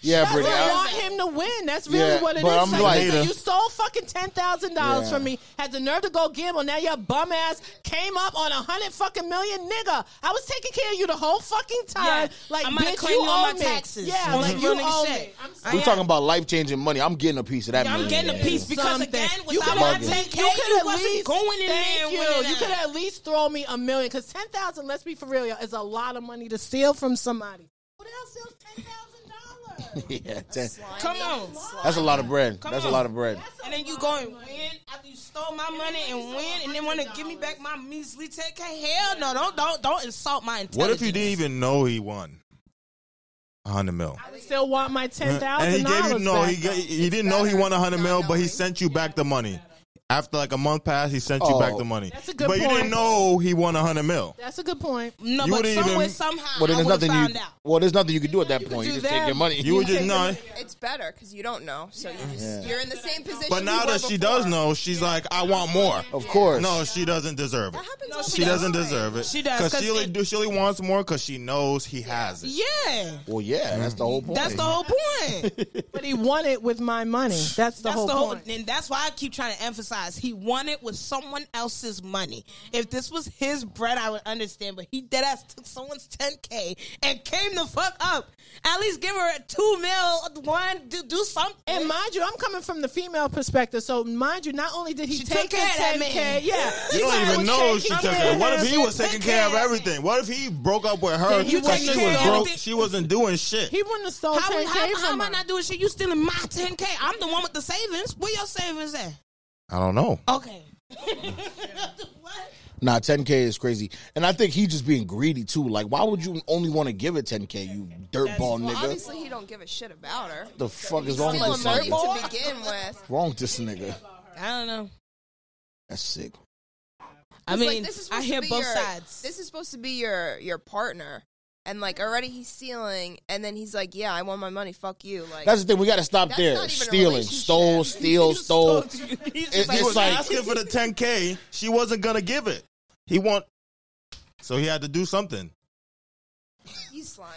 A: Yeah,
B: That's
A: Brittany.
B: why I
A: I-
B: want him to win. That's really
A: Yeah,
B: what it is.
A: but I'm
B: Like,
A: like-
B: nigga, you stole fucking ten thousand dollars from me. Had the nerve to go gamble. Now your bum ass came up on a hundred fucking million, nigga. I was taking care of you the whole fucking time.
C: Yeah.
B: Like,
C: I might
B: bitch,
C: claim
B: you
C: you on
B: owe
C: my
B: me.
C: taxes.
B: Yeah,
C: On
B: like
C: some
B: you
C: real nigga
B: owe
C: shit.
B: me. I'm sorry.
A: We're talking about life changing money. I'm getting a piece of that.
C: I'm
A: million.
C: getting a piece because
B: Something.
C: again,
B: You
C: without
A: could-
C: my
A: You
C: 10K,
B: You
C: you,
B: could at
C: wasn't
B: least
C: going in there.
B: thank
C: and
B: you.
C: winning
B: You
C: that.
B: could at least throw me a million because ten thousand. Let's be for real, y'all, is a lot of money to steal from somebody. Who the hell steals ten thousand dollars?
A: (laughs) yeah, ten-
C: Come on.
A: that's a lot of bread.
C: Come
A: that's a
C: on.
A: lot of bread.
C: And then you go and win after you stole my money and win, and then want to give me back my measly 10K. Hell no! Don't don't don't insult my intelligence.
F: What if you didn't even know he won? A hundred mil.
B: I still want my ten
F: And he
B: thousand
F: gave
B: dollars.
F: you no. He, ga- he didn't know he won a hundred mil, but he sent you back the money. After like a month passed, he sent you
A: Oh.
F: back the money.
B: That's a good
F: but you
B: point.
F: didn't know he won a hundred mil.
B: That's a good point.
C: No,
F: You
C: but
F: wouldn't
C: somewhere
F: even-
C: somehow
A: Well, then
C: I
A: there's
C: would
A: nothing
C: have found
A: you.
C: out.
A: Well, there's nothing you can do at that point.
B: do
A: You just take
B: that.
A: your money.
F: You would just know.
G: It's better because you don't know, so you just,
A: Yeah.
G: you're in the same position.
F: But
G: you
F: now
G: were
F: that she
G: before.
F: does know, she's like, I want more.
A: Of course.
F: No, she doesn't deserve it.
G: that happens.
C: No,
G: all
C: she
G: the
F: She doesn't
G: time.
F: deserve it.
C: She does,
F: Because
C: 'cause
F: she only,
C: it-
F: do- she only wants more because she knows he has it.
C: Yeah,
A: Well, yeah, that's the whole point.
C: Mm-hmm. that's the whole point.
B: But he won it with my money. That's the
C: That's
B: whole
C: the whole,
B: point.
C: and that's why I keep trying to emphasize he won it with someone else's money. If this was his bread, I would understand. But he dead ass took someone's 10k and came the fuck up. At least give her a two mil, one, do, do something.
B: And mind you, I'm coming from the female perspective, so mind you, not only did he
C: She
B: take
C: took
B: the
C: care of that
B: 10k,
C: man.
B: yeah,
F: You
B: She
F: don't
B: was
F: even know she
B: taking
F: took
B: care
F: it.
B: of
F: What if
B: him.
F: he was taking care of everything? What if he broke up with her
C: you
F: because she
C: taking care
F: was
C: of
F: broke?
C: everything?
F: She wasn't doing shit.
B: He wouldn't have stole
C: How,
B: 10k
C: how, how
B: from
C: am I
B: her.
C: not doing shit? You stealing my 10K. I'm the one with the savings. Where your savings at?
F: I don't know.
C: Okay.
A: Nah, 10K is crazy. And I think he just being greedy too. Like, why would you only want to give it 10K, you dirtball
G: Well,
A: nigga?
G: obviously, he don't give a shit about her.
A: The fuck is wrong with this
G: Stealing money
A: nigga?
G: to begin with.
A: Wrong with this nigga.
C: I don't know.
A: That's sick.
C: I
G: It's like,
C: mean,
G: this is
C: I
G: supposed to
C: hear
G: be
C: both
G: your-
C: sides.
G: This is supposed to be your your partner, and like already he's stealing, and then he's like, "Yeah, I want my money. Fuck you." Like
A: That's the thing. We got to stop
G: That's
A: there.
G: not even a
A: Stealing,
G: relationship.
A: stole, steal, stole.
C: (laughs)
A: It-
F: He
A: it's
F: was
A: like
F: asking for the 10k. She wasn't gonna give it. He want, so he had to do something.
G: he's slime.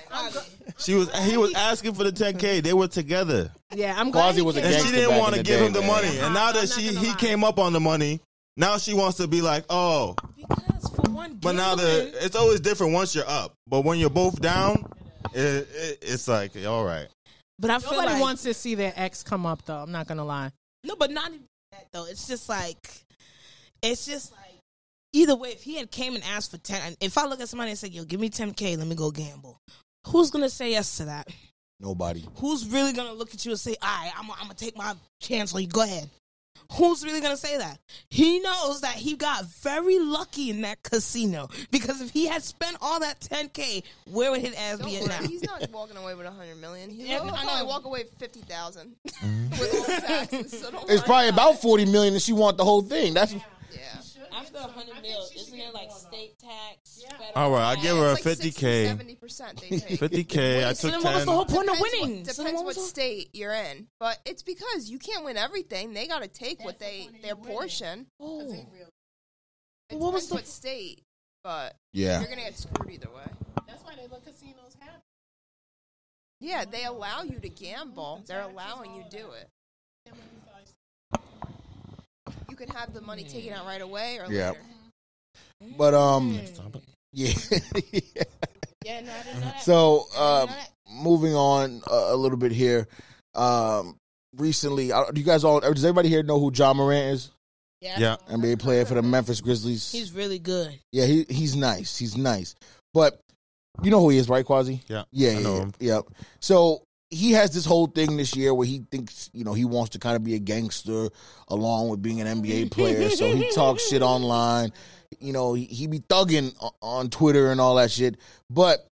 F: She was. He was asking for the 10k. They were together,
B: Yeah, I'm glad
A: Quasi
B: he
A: was a
B: came.
F: and she
A: Gangster
F: didn't
A: back
F: want
A: in the
F: to give
A: day,
F: him the
A: man.
F: money. And now that
B: I'm not
F: she
B: gonna
F: he
B: lie.
F: came up on the money, now she wants to be like, oh.
C: Because for one
F: But now the it's always different once you're up. But when you're both down, it, it, it's like all right.
C: But I feel
B: Nobody
C: like
B: wants to see their ex come up, though. I'm not gonna lie.
C: no, but not even that though. It's just like it's just like either way. If he had came and asked for ten, if I look at somebody and say, "Yo, give me ten k, let me go gamble," who's gonna say yes to that?
A: nobody.
C: Who's really gonna look at you and say, "All right, I'm gonna take my chance on you. Go ahead." Who's really gonna say that? He knows that he got very lucky in that casino because if he had spent all that ten k, where would his ass
G: Don't
C: be
G: worry,
C: at now?
G: he's not walking away with a hundred million. He's
C: Yeah,
G: gonna
C: I
G: probably
C: know.
G: walk away with fifty thousand (laughs) with all taxes. So don't
A: Mm-hmm. It's
G: worry
A: probably
G: about
A: about 40 million and she want the whole thing. That's
G: it. yeah.
C: After 100 mil, isn't there like state tax?
F: All right, I give her a fifty k.
G: Seventy percent they take.
F: Fifty k. I
C: So
F: took
C: then what was the whole
F: ten.
C: point of
G: Depends
C: winning?
G: What,
C: So then
G: depends what
C: what was the-
G: state you're in, but it's because you can't win everything. They got to take what they their portion.
C: Oh.
G: It
C: What
G: what
C: was
G: was
C: the-
G: what state? But
A: yeah.
G: you're gonna get screwed either way.
B: That's why they let casinos happen.
G: Yeah, they allow you to gamble. They're allowing you to do it. You can have the money taken out right away or
A: Yeah.
G: later.
A: But um, yeah. (laughs)
C: Yeah, no, I didn't know that.
A: So uh, moving on uh, a, a little bit here. Um, recently, uh, do you guys all? Does everybody here know who John Morant is?
F: Yeah.
A: NBA player for the Memphis Grizzlies.
C: He's really good.
A: yeah, he he's nice. He's nice. But you know who he is, right, Quasi?
F: Yeah,
A: Yeah,
F: I
A: yeah,
F: know
A: yeah,
F: him.
A: yeah. So he has this whole thing this year where he thinks, you know, he wants to kind of be a gangster along with being an
F: (laughs)
A: NBA player. so he talks shit online. You know, he, he be thugging o- on Twitter and all that shit. But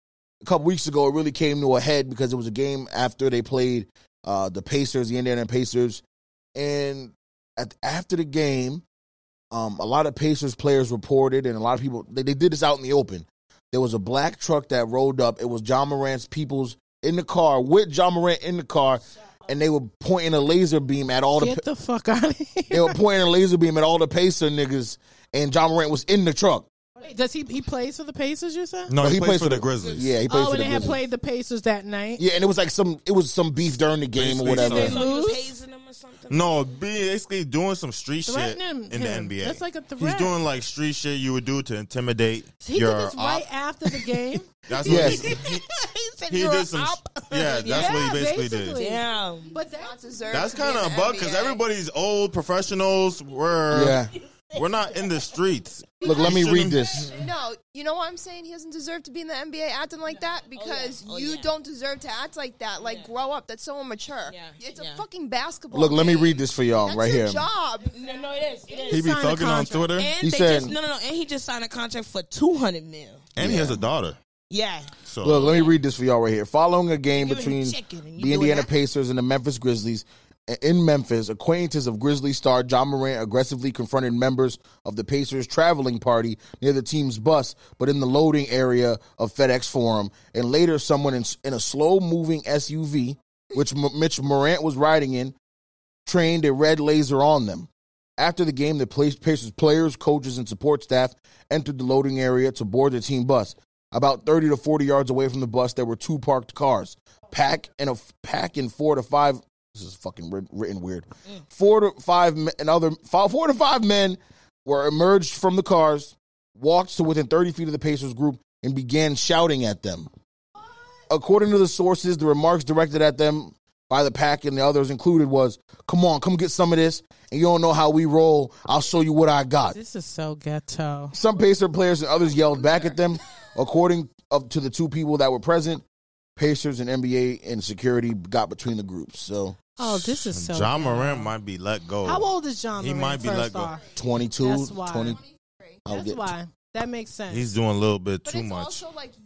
A: a couple weeks ago, it really came to a head because it was a game after they played uh, the Pacers, the Indiana Pacers, and at, after the game, um, a lot of Pacers players reported, and a lot of people they, they did this out in the open. There was a black truck that rolled up. It was John Morant's people's in the car with John Morant in the car, and they were pointing a laser beam at all the
B: Get the fuck out of
A: they
B: here. (laughs)
A: were pointing a laser beam at all the pacer niggas, and John Morant was in the truck.
B: Wait, Does he he plays for the Pacers? You said?
F: No,
A: But
F: he, plays, for the Grizzlies.
A: Yeah, he plays
B: oh,
A: for
B: and
A: the
B: they had
A: Grizzlies.
B: played the Pacers that night.
A: Yeah, and it was like some it was some beef during the game or
F: Basically,
A: whatever.
F: so-
B: They
C: was
B: lose.
C: hazing him or something.
F: No, basically doing some street shit
B: Threatening
F: in the
B: him.
F: NBA.
B: That's like a
F: He's
B: threat.
F: doing like street shit you would do to intimidate
B: He
F: your
B: did this right
F: op.
B: after the game. (laughs)
F: That's
A: Yes.
F: what he, he,
C: he said
F: he
C: you're
F: did some.
C: a
F: sh-
C: op.
F: Yeah, that's what he
B: Yeah,
F: basically, did.
B: basically.
C: Damn.
B: (laughs) but
G: Not
B: that,
G: deserved
F: That's
G: to be in
F: kind of a
G: the
F: bug because
G: NBA.
F: everybody's old professionals. We're
A: Yeah.
F: we're not in the streets.
A: Look, let
F: You
A: me read
F: shouldn't-
A: this.
G: No, you know what I'm saying? He doesn't deserve to be in the NBA acting like that because
C: Oh,
G: you
C: yeah.
G: don't deserve to act like that. Like, grow up. That's so immature.
C: Yeah.
G: It's
C: Yeah.
G: a fucking basketball.
A: Look, let me
G: game.
A: read this for y'all
G: That's
A: right
G: your
A: here.
G: job.
C: No, no, it is. It is.
F: He be
B: signed a
F: thugging on
B: contract.
F: Twitter,
C: and
A: He
C: they
A: said-
C: just no, no, no. And he just signed a contract for two hundred mil.
F: and he has a daughter.
C: Yeah.
F: So
A: Look, let me read this for y'all right here. Following a game
C: You and
A: between
C: chicken and you
A: the
C: doing
A: Indiana
C: that?
A: Pacers and the Memphis Grizzlies, a- in Memphis, acquaintances of Grizzly star John Morant aggressively confronted members of the Pacers traveling party near the team's bus, but in the loading area of FedEx Forum. And later, someone in, s- in a slow moving SUV, which M- Mitch Morant was riding in, trained a red laser on them. After the game, the Pac- Pacers players, coaches, and support staff entered the loading area to board the team bus. About 30 to 40 yards away from the bus, there were two parked cars. Pack and a f- pack and four to five. This is fucking writ- written weird. Four to five men, and other five, four to five men were emerged from the cars, walked to within 30 feet of the Pacers group, and began shouting at them. According to the sources, the remarks directed at them by the pack and the others included was, "Come on, come get some of this, and you don't know how we roll. I'll show you what I got."
B: this is so ghetto.
A: Some Pacer players and others yelled back at them. According of, to the two people that were present, Pacers and NBA and security got between the groups. So
B: Oh, this is so.
F: John Morant might be let go.
B: How old is John?
F: He
B: Morant,
F: might be
B: first
F: let go.
B: off?
A: 22,
B: That's why.
A: 20. I'll
B: That's
A: get
B: why that makes sense.
F: He's doing a little bit
G: But
F: too
G: it's
F: much.
G: also like you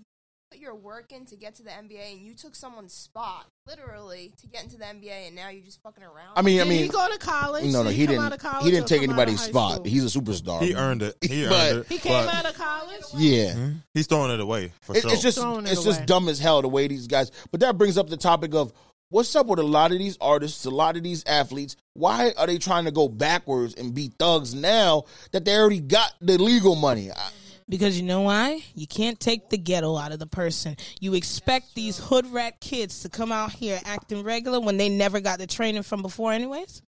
G: put your work in to get to the NBA and you took someone's spot, literally, to get into the NBA and now you're just fucking around.
A: I mean, I
B: Did he
A: mean,
B: go to college?
A: no, no,
B: Did
A: he
B: come out
A: didn't.
B: of college
A: He
B: or
A: didn't take
B: come out of
A: anybody's
B: high
A: spot.
B: school?
A: He was a superstar.
F: he earned it. He
A: (laughs)
F: earned
A: But-
F: it.
B: He came
F: but
B: out of college.
A: yeah.
F: he's throwing it away for
A: It-
F: sure.
A: It's just
B: Throwing it
A: it's
B: away.
A: just dumb as hell the way these guys. But that brings up the topic of what's up with a lot of these artists, a lot of these athletes. Why are they trying to go backwards and be thugs now that they already got the legal money? I,
C: Because you know why? You can't take the ghetto out of the person. You expect these hood rat kids to come out here acting regular when they never got the training from before, anyways.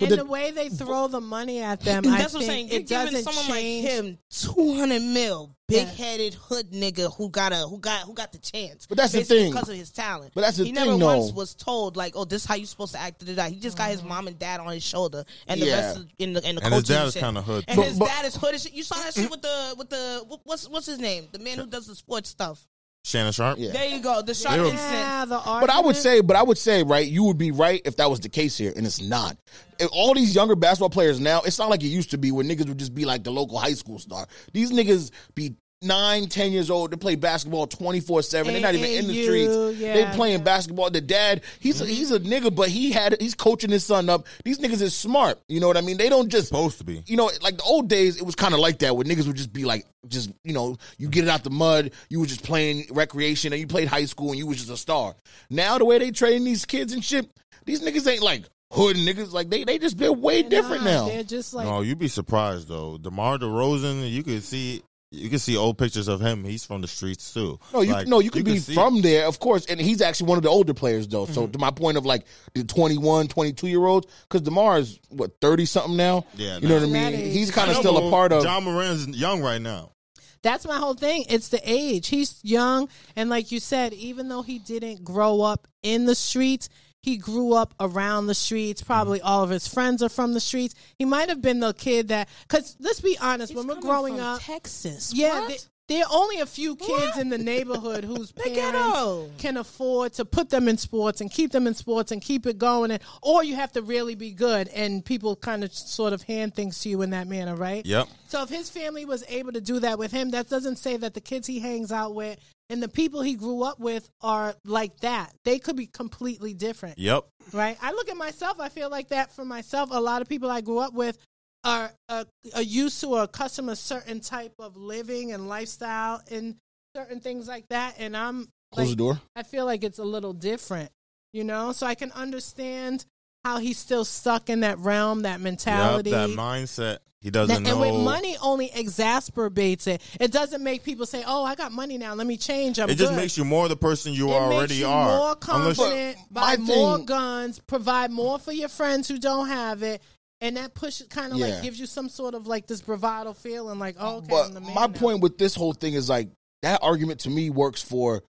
B: And
A: the-
B: the, way they throw the money
A: (clears throat)
B: at them, I
C: That's
B: think
C: what I'm saying. You're
B: it
C: giving
B: doesn't
C: someone
B: change.
C: like him 200 mil, big headed hood nigga who got a who got who got the chance.
A: But that's the
C: basically
A: thing.
C: because of his talent.
A: But that's the
C: he
A: thing,
C: never
A: though.
C: once was told like, oh, this is how you supposed to act. da, da, da. He just got
B: Mm-hmm.
C: his mom and dad on his shoulder, and the
A: Yeah.
C: rest of, in the in the
F: And his
C: coaching
F: dad is
C: shit.
F: kinda hood,
C: And
F: too.
C: his
A: But- but-
C: dad is hood. as shit. You saw that shit with the with the wh- what's what's his name? The man who does the sports stuff.
F: Shannon Sharp.
A: Yeah.
C: There you go. The shark
F: They were-
C: incident.
B: Yeah, the
A: but I would
B: argument.
A: say, but I would say, right? You would be right if that was the case here, and it's not. If all these younger basketball players now, it's not like it used to be where niggas would just be like the local high school star. These niggas be. Nine, ten years old, they play basketball twenty four seven. They're not even in the
B: AAU,
A: streets.
B: yeah.
A: they playing basketball. The dad, he's a, he's a nigga, but he had he's coaching his son up. These niggas is smart. You know what I mean? They don't just
F: Supposed to be.
A: you know, like the old days, it was kind of like that where niggas would just be like, just, you know, you get it out the mud, you were just playing recreation and you played high school and you was just a star. Now, the way they train these kids and shit, these niggas ain't like hood niggas. Like, they, they just, they're way different
B: Nah,
A: now.
B: uh, They're just like
F: No, you'd be surprised though. DeMar DeRozan, you could see you could see old pictures of him. He's from the streets too.
A: No, you
F: Like,
A: no, you could be
F: see-
A: from there, of course, and he's actually one of the older players though. So
B: Mm-hmm.
A: to my point of like the 21, 22 year olds, because Demar is what thirty something now.
F: Yeah,
A: you know what
F: nah.
A: I mean.
B: That age.
A: He's kind
F: I
A: of
F: know,
A: still
F: but
A: a part of.
F: John Moran's young right now.
B: That's my whole thing. It's the age. He's young. And like you said, even though he didn't grow up in the streets, he grew up around the streets.
A: Mm-hmm.
B: Probably all of his friends are from the streets. He might have been the kid that, because let's be honest, when we're growing up,
C: Texas.
B: yeah,
C: What?
B: th- there are only a few kids in the neighborhood whose
C: ghetto.
B: parents can afford to put them in sports and keep them in sports and keep it going. And, or you have to really be good, and people kind of sort of hand things to you in that manner, right?
F: Yep.
B: So if his family was able to do that with him, that doesn't say that the kids he hangs out with and the people he grew up with are like that. They could be completely different,
F: Yep.
B: right? I look at myself, I feel like that for myself. A lot of people I grew up with are, uh, are used to or accustomed to a certain type of living and lifestyle and certain things like that. And I'm
A: Close
B: like,
A: the door.
B: I feel like it's a little different. you know? So I can understand how he's still stuck in that realm, that
F: Yep,
B: mentality.
F: that mindset. He doesn't
B: That- and
F: know.
B: with money only exacerbates it. It doesn't make people say, "Oh, I got money now. Let me change." I'm
F: it just
B: good."
F: makes you more the person you
B: It makes
F: already
B: you
F: are.
B: more
F: Unless you-
B: confident,
A: But
B: buy
A: my
B: more
A: thing-
B: guns, provide more for your friends who don't have it, and that push kind of
A: Yeah.
B: like gives you some sort of like this bravado feeling, like oh, okay,
A: but
B: I'm the man
A: my
B: now.
A: point with this whole thing is like that argument to me works for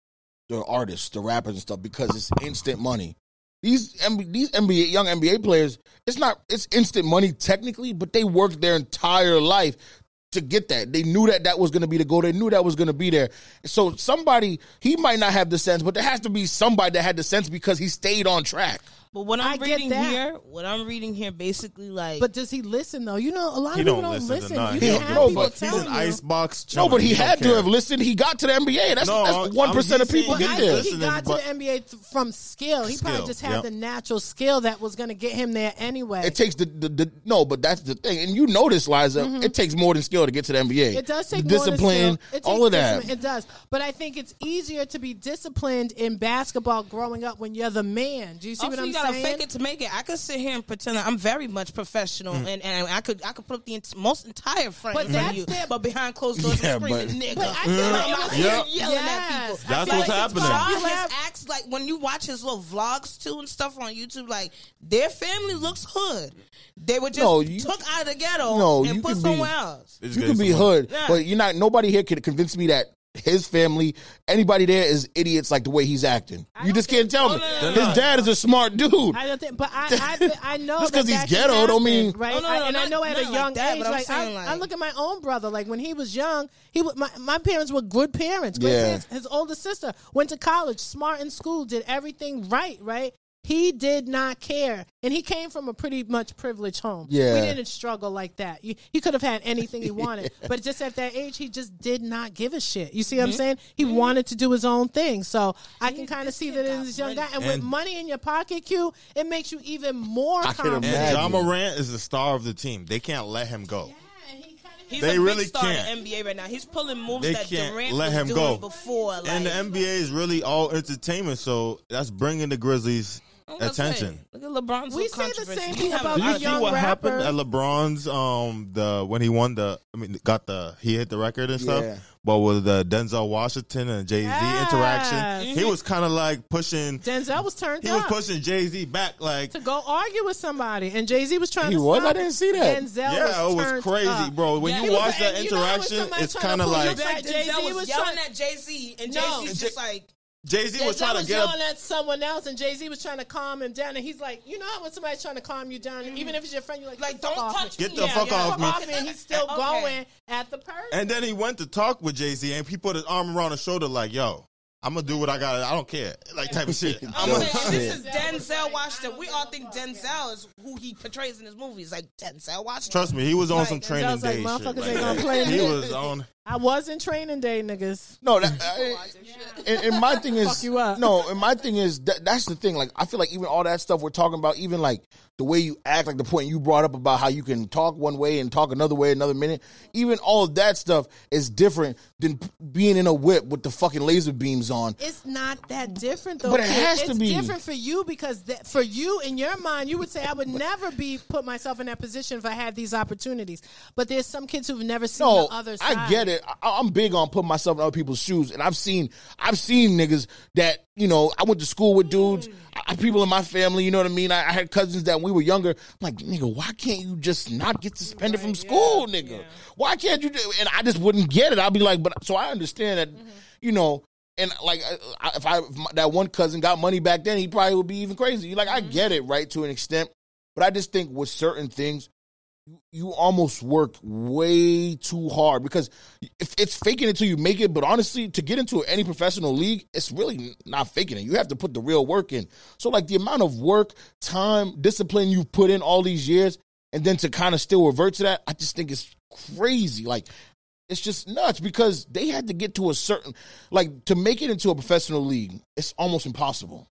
A: the artists, the rappers and stuff because it's instant money. These MB, these NBA young NBA players, it's not it's instant money technically, but they worked their entire life to get that. They knew that that was going to be the goal. They knew that was going to be there. So somebody he might not have the sense, but there has to be somebody that had the sense because he stayed on track.
C: But what
B: I
C: I'm
B: get
C: reading
B: that.
C: here, what I'm reading here, basically like,
B: But does he listen though? You know, a lot
F: He
B: of people
F: don't
B: don't listen.
F: listen to none.
B: You
A: He
B: can
A: don't-
B: have
A: no,
B: people
A: but
F: he's
B: telling
F: an
B: you.
F: icebox.
A: No,
F: chilling.
A: but he
F: don't
A: had to
F: care.
A: have listened. He got to the NBA. That's
F: No, I'm-
A: that's one percent of
F: I'm- he's
A: people
F: saying
A: get
B: I
F: he
A: there.
B: think he
F: listening,
B: got to
F: but-
B: the NBA th- from skill. He
F: Skill,
B: probably just had
F: yep.
B: the natural skill that was going to get him there anyway.
A: It takes the, the, the no, but that's the thing, and you know this, Liza. It takes more than skill to get to the NBA.
B: Mm-hmm. It does take
A: The
B: more than
A: discipline,
B: skill. It
A: all
B: takes
A: of that.
B: discipline. It does, but I think it's easier to be disciplined in basketball growing up when you're the man. Do you see
C: also
B: what I'm
C: you gotta
B: saying?
C: fake it to make it. I could sit here and pretend that I'm very much professional,
F: Mm.
C: and, and I could I could put up the ent- most entire frame
B: But
C: for
B: that's
C: you,
B: their-
C: but behind closed doors,
F: Yeah,
C: I'm screaming
F: but-
C: nigga. Mm.
B: But I feel like it
C: I'm out
B: was-
C: here
F: Yep.
C: yelling at
B: Yes.
C: people.
F: That's
C: I feel
F: what's
C: like it's
F: happening.
C: fine.
B: You
C: His
B: have-
C: acts like when you watch his little vlogs too and stuff on YouTube, like their family looks hood. They were just
A: No, you-
C: took out of the ghetto
A: No, you
C: and put
A: can be-
C: somewhere else.
F: It's
A: You
F: getting
A: can be
F: somewhere.
A: hood,
C: Yeah.
A: but you're not. Nobody here can convince me that his family, anybody there, is idiots like the way he's acting. You just can't tell me.
B: Oh,
F: no,
A: His
F: no.
A: dad is a smart dude.
B: I don't think, but I,
A: (laughs)
B: I, I know
A: Just 'cause
B: that that
A: he's
B: can
A: ghetto don't
B: happen,
A: mean-
B: right.
C: No, Oh, no,
B: I-
C: no,
B: and I
C: not-
B: know at a
C: not like
B: young
C: that,
B: age,
C: but I'm
B: like I,
C: saying, like-
B: I look at my own brother. Like when he was young, he was, my my parents were good parents. Great
A: Yeah.
B: parents. His older sister went to college, smart in school, did everything right. Right. He did not care, and he came from a pretty much privileged home.
A: Yeah.
B: we didn't struggle like that. You- He could have had anything he
F: (laughs)
B: wanted, but just at that age, he just did not give a shit. You see
F: Mm-hmm.
B: what I'm saying? He wanted to do his own thing. So I can kind of see that in this young guy, and with
F: And-
B: money in your pocket, Q, it makes you even more
A: I could
B: confident.
A: imagine.
F: And John Morant is the star of the team. They can't let him go.
C: He's
F: They
C: a
F: really
C: big star
F: can't.
C: in the NBA right now. He's pulling moves
F: They
C: that
F: can't
C: Durant
F: let
C: was
F: him
C: doing
F: go.
C: before. Like,
F: And the NBA is really all entertainment, so that's bringing the Grizzlies
C: That's
F: attention.
C: right. Look at LeBron's
B: We
C: little
B: say the
C: controversy.
B: same
C: He
B: thing
C: have a
B: about
F: Do
C: lot
F: you
B: you
C: of
F: see
B: young
F: what happened
B: rapper.
F: at Uh, LeBron's um the when he won the I mean got the he hit the record and stuff?
A: Yeah.
F: But with the Denzel Washington and Jay Z
B: Yes.
F: interaction, he was kind of like pushing.
B: Denzel was turned
F: He was
B: up
F: pushing Jay Z back like.
B: to go argue with somebody, and Jay Z was trying.
A: He
B: to
A: was?
B: stop
A: I didn't see that.
B: Denzel
F: Yeah,
B: was
F: it was
B: turned
F: crazy,
B: up.
F: bro. When
C: Yeah.
F: you
C: He was-
F: watch that
B: and you know how when
F: interaction,
B: somebody
F: it's
B: tryna
F: kind of
B: pull you
F: like
B: back,
C: Like
B: Jay-Z
C: Denzel was,
B: was
C: yelling
B: trying-
C: at Jay Z, and
B: No.
C: Jay Z's just like,
F: Jay Z
B: Denzel
F: was
B: was,
F: trying to get up
B: yelling at someone else, and Jay Z was trying to calm him down. And he's like, you know, how when somebody's trying to calm you down, even if it's your friend, you're like,
C: like
B: "Fuck
C: don't
B: off
C: touch
B: me.
C: me.
F: Get the fuck off me.
B: Off, and he's still
C: (laughs) Okay.
B: going at the person.
F: And then he went to talk with Jay Z, and he put his arm around his shoulder, like, "Yo, I'm gonna do what I got. I don't care." Like type of
A: (laughs)
F: shit.
C: I'm
F: I'm
C: saying,
F: a,
C: and this is
B: Yeah.
C: Denzel Washington. We all think Denzel is who he portrays in his movies. Like Denzel Washington.
F: trust me, he was on some
C: Like,
F: training
B: sounds like
F: day shit.
B: motherfuckers ain't gonna
F: that.
B: play
F: he
B: me.
F: was on.
B: I was in training day, niggas.
A: No, that, I, and, and my thing is,
B: Fuck you up.
A: no, and my thing is that, that's the thing. Like, I feel like even all that stuff we're talking about, even like the way you act, like the point you brought up about how you can talk one way and talk another way another minute, even all of that stuff is different than p- being in a whip with the fucking laser beams on.
B: It's not that different though.
A: But it has
B: it's
A: to be.
B: different for you because that, for you in your mind, you would say I would never be put myself in that position if I had these opportunities. But there's some kids who've never seen
A: No,
B: the other side.
A: I get it. I, I'm big on putting myself in other people's shoes, and I've seen, I've seen niggas that you know. I went to school with dudes,
B: Mm.
A: I, I- people in my family. You know what I mean? I, I had cousins that when we were younger. I'm like, nigga, why can't you just not get suspended from school, nigga? Why can't you? Do, and I just wouldn't get it. I'd be like, but so I understand that,
B: Mm-hmm.
A: you know. And like, uh, I, I- if I if my, that one cousin got money back then, he probably would be even crazy. Like, I
B: Mm-hmm.
A: get it, right, to an extent. But I just think with certain things, you almost work way too hard because if it's faking it till you make it. But honestly, to get into any professional league, it's really not faking it. You have to put the real work in. So like the amount of work, time, discipline you've put in all these years, and then to kind of still revert to that, I just think it's crazy. Like it's just nuts because they had to get to a certain like to make it into a professional league. It's almost impossible.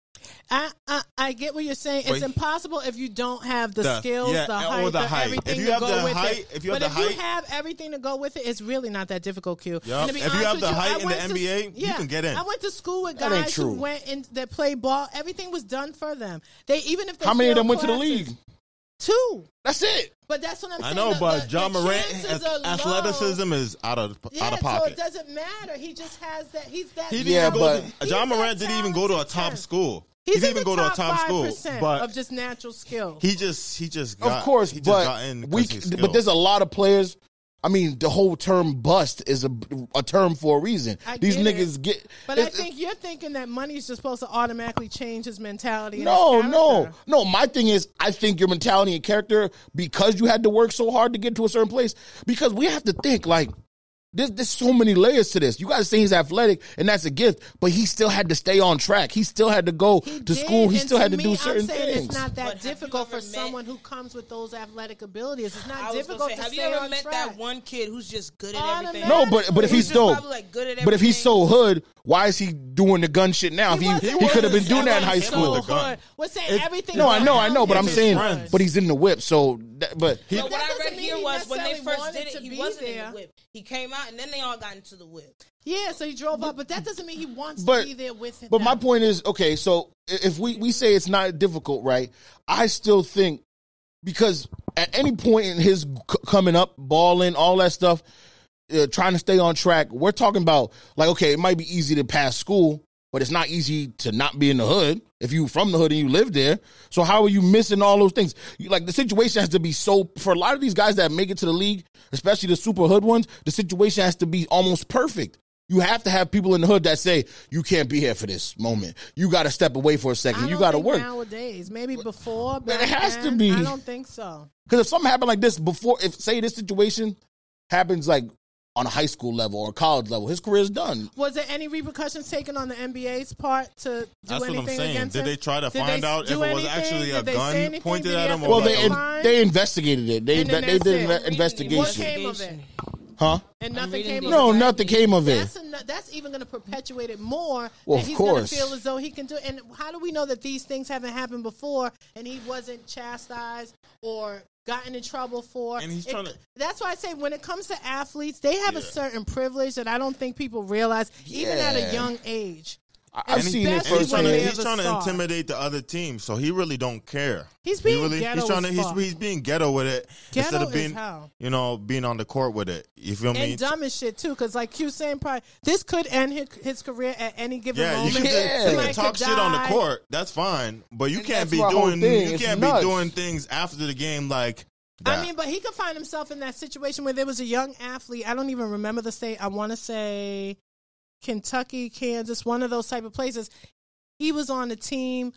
B: I, I I get what you're saying. It's
F: But-
B: impossible if you don't have the,
F: The-
B: skills,
F: yeah,
B: the
F: or
B: height,
F: the
B: the
F: height.
B: everything
F: If you
B: to
F: have
B: go
F: the
B: with
F: height-
B: it.
F: if you have
B: but
F: the
B: if
F: height-
B: you have everything to go with it, it's really not that difficult, Q.
F: Yup.
B: And to be
F: If
B: honest
F: you have
B: with
F: the
B: you,
F: height
B: I
F: and the
B: went to-
F: NBA, you
B: yeah,
F: can get in.
B: I went to school with
A: That ain't
B: guys
A: true.
B: who went and that played ball. Everything was done for them. They even if they
A: How many of
B: failed
A: them went to the
B: classes-
A: league?
B: Two.
A: That's it.
B: But that's what I'm (laughs) saying.
F: I know,
B: The-
F: but
B: the-
F: John
B: the
F: Morant
B: chances
F: ath-
B: are low.
F: athleticism is out of
B: Yeah,
F: out of
B: so it
F: pocket.
B: doesn't matter. He just has that. He's that.
F: he didn't
A: Yeah,
F: even
A: but-
F: go to, John
B: He's a
F: Morant didn't even go to a top
B: talented
F: school.
B: He's
F: he didn't even
B: in the
F: go to a top school,
B: 5%
F: but
B: of just natural skill.
F: he just he just
A: Of
F: got,
A: course,
F: he just got
A: but
F: in
A: we,
F: because
A: c-
F: of
A: but
F: skill.
A: there's a lot of players. I mean, the whole term "bust" is a, a term for a reason.
B: I
A: These
B: get it.
A: niggas get.
B: but I
A: it-
B: think you're thinking that money's just supposed to automatically change his mentality. and
A: No,
B: his
A: no,
B: character.
A: no. My thing is, I think your mentality and character, because you had to work so hard to get to a certain place. Because we have to think like there's, there's so many layers to this. You got to say he's athletic, and that's a gift. But he still had to stay on track. He still had to go
B: He
A: to
B: did,
A: school. He
B: and
A: still had to
B: me,
A: do
B: I'm
A: certain
B: saying
A: things.
B: It's not
C: But
B: that
C: have you
B: difficult for
C: ever met-
B: someone who comes with those athletic abilities. It's not
C: I was gonna
B: difficult
C: say,
B: to
C: have you
B: stay
C: ever
B: on
C: met
B: track.
C: that one kid who's just good at
B: On a
C: everything?
A: no,
B: man.
A: but but if
C: He's
A: he's
C: just
A: dope,
C: probably, like, good at
A: but if he's so
C: everything.
A: hood, why is he doing the gun shit now?
B: He
A: if he
B: wasn't
A: he could have been
B: working
A: doing that in
B: so
A: high school.
F: The gun.
B: hard. We're saying
F: It's-
B: everything.
A: No, I know, I know, but
F: It's
A: I'm
F: his
A: saying,
F: friends.
A: but he's in the whip. So, that, but
F: He-
C: But what
B: That
C: I
B: doesn't
C: read
B: mean
C: here
B: he
C: was when they
B: necessarily
C: first
B: wanted
C: did it,
B: to
C: he
B: be
C: wasn't in
B: there.
C: the whip. He came out and then they all got into the whip.
B: Yeah, so he drove up, but that doesn't mean he wants
A: But-
B: to be there with him.
A: But my point is, okay, so i- if we, we say it's not difficult, right? I still think because at any point in his c- coming up, balling, all that stuff, uh, trying to stay on track, we're talking about like, okay, it might be easy to pass school, but it's not easy to not be in the hood if you from the hood and you live there. So how are you missing all those things? You, like the situation has to be so for a lot of these guys that make it to the league, especially the super hood ones, the situation has to be almost perfect. You have to have people in the hood that say you can't be here for this moment. You got to step away for a
B: I
A: second. You
B: don't
A: got to
B: think
A: work.
B: nowadays. Maybe before, but
A: But it has to
B: then,
A: be.
B: I don't think so.
A: Because if something happened like this before, if say this situation happens like on a high school level or college level, his career is done.
B: Was there any repercussions taken on the NBA's part to do
F: That's what
B: anything
F: I'm saying.
B: against
F: Did
B: him?
F: they try to
B: Did
F: find
B: they
F: out if it
B: do
F: was
B: anything?
F: actually a
B: Did they say
F: gun
B: anything?
F: pointed
B: Did he have
F: at him
B: to
F: or
B: go
A: Well,
F: what?
B: to
A: they
B: Well, fine.
A: they investigated it. They
B: And then
A: they
B: that's
A: did
B: it.
A: an
B: What
A: investigation,
B: came of it?
A: huh?
B: And nothing came of
A: No,
B: it.
A: nothing came of it.
B: That's, eno- that's even going to perpetuate it more.
A: Well,
B: that
A: of
B: he's
A: course.
B: going to feel as though he can do. it. And how do we know that these things haven't happened before? And he wasn't chastised or gotten in trouble for.
F: And he's
B: It-
F: tryna-
B: That's why I say when it comes to athletes, they have a certain privilege that I don't think people realize, even at
A: Yeah.
B: a young age.
A: I, I've
B: And
A: seen it
B: especially
F: He's
B: when
F: trying, to,
B: they
A: firsthand.
B: have
F: he's
B: a
F: trying to
B: star.
F: intimidate the other team, so he really don't care.
B: He's
F: He
B: being
F: really,
B: ghetto
F: he's trying to
B: as
F: he's,
B: fuck.
F: he's being ghetto with it
B: Ghetto
F: instead of
B: as
F: being
B: hell.
F: you know being on the court with it. You feel me?
B: and dumb as shit too, because like Q saying, probably this could end his, his career at any given
F: Yeah, you
B: moment. (laughs)
F: can,
A: Yeah.
F: you
B: Somebody
F: can talk
B: could
F: shit on the
B: die.
F: court. That's fine, but you
A: And
F: can't
A: that's
F: be
A: my whole
F: doing
A: thing.
F: you
A: It's
F: can't
A: nuts.
F: be doing things after the game like that.
B: I mean, but he could find himself in that situation where there was a young athlete. I don't even remember the state. I want to say Kentucky, Kansas, one of those type of places. He was on the team,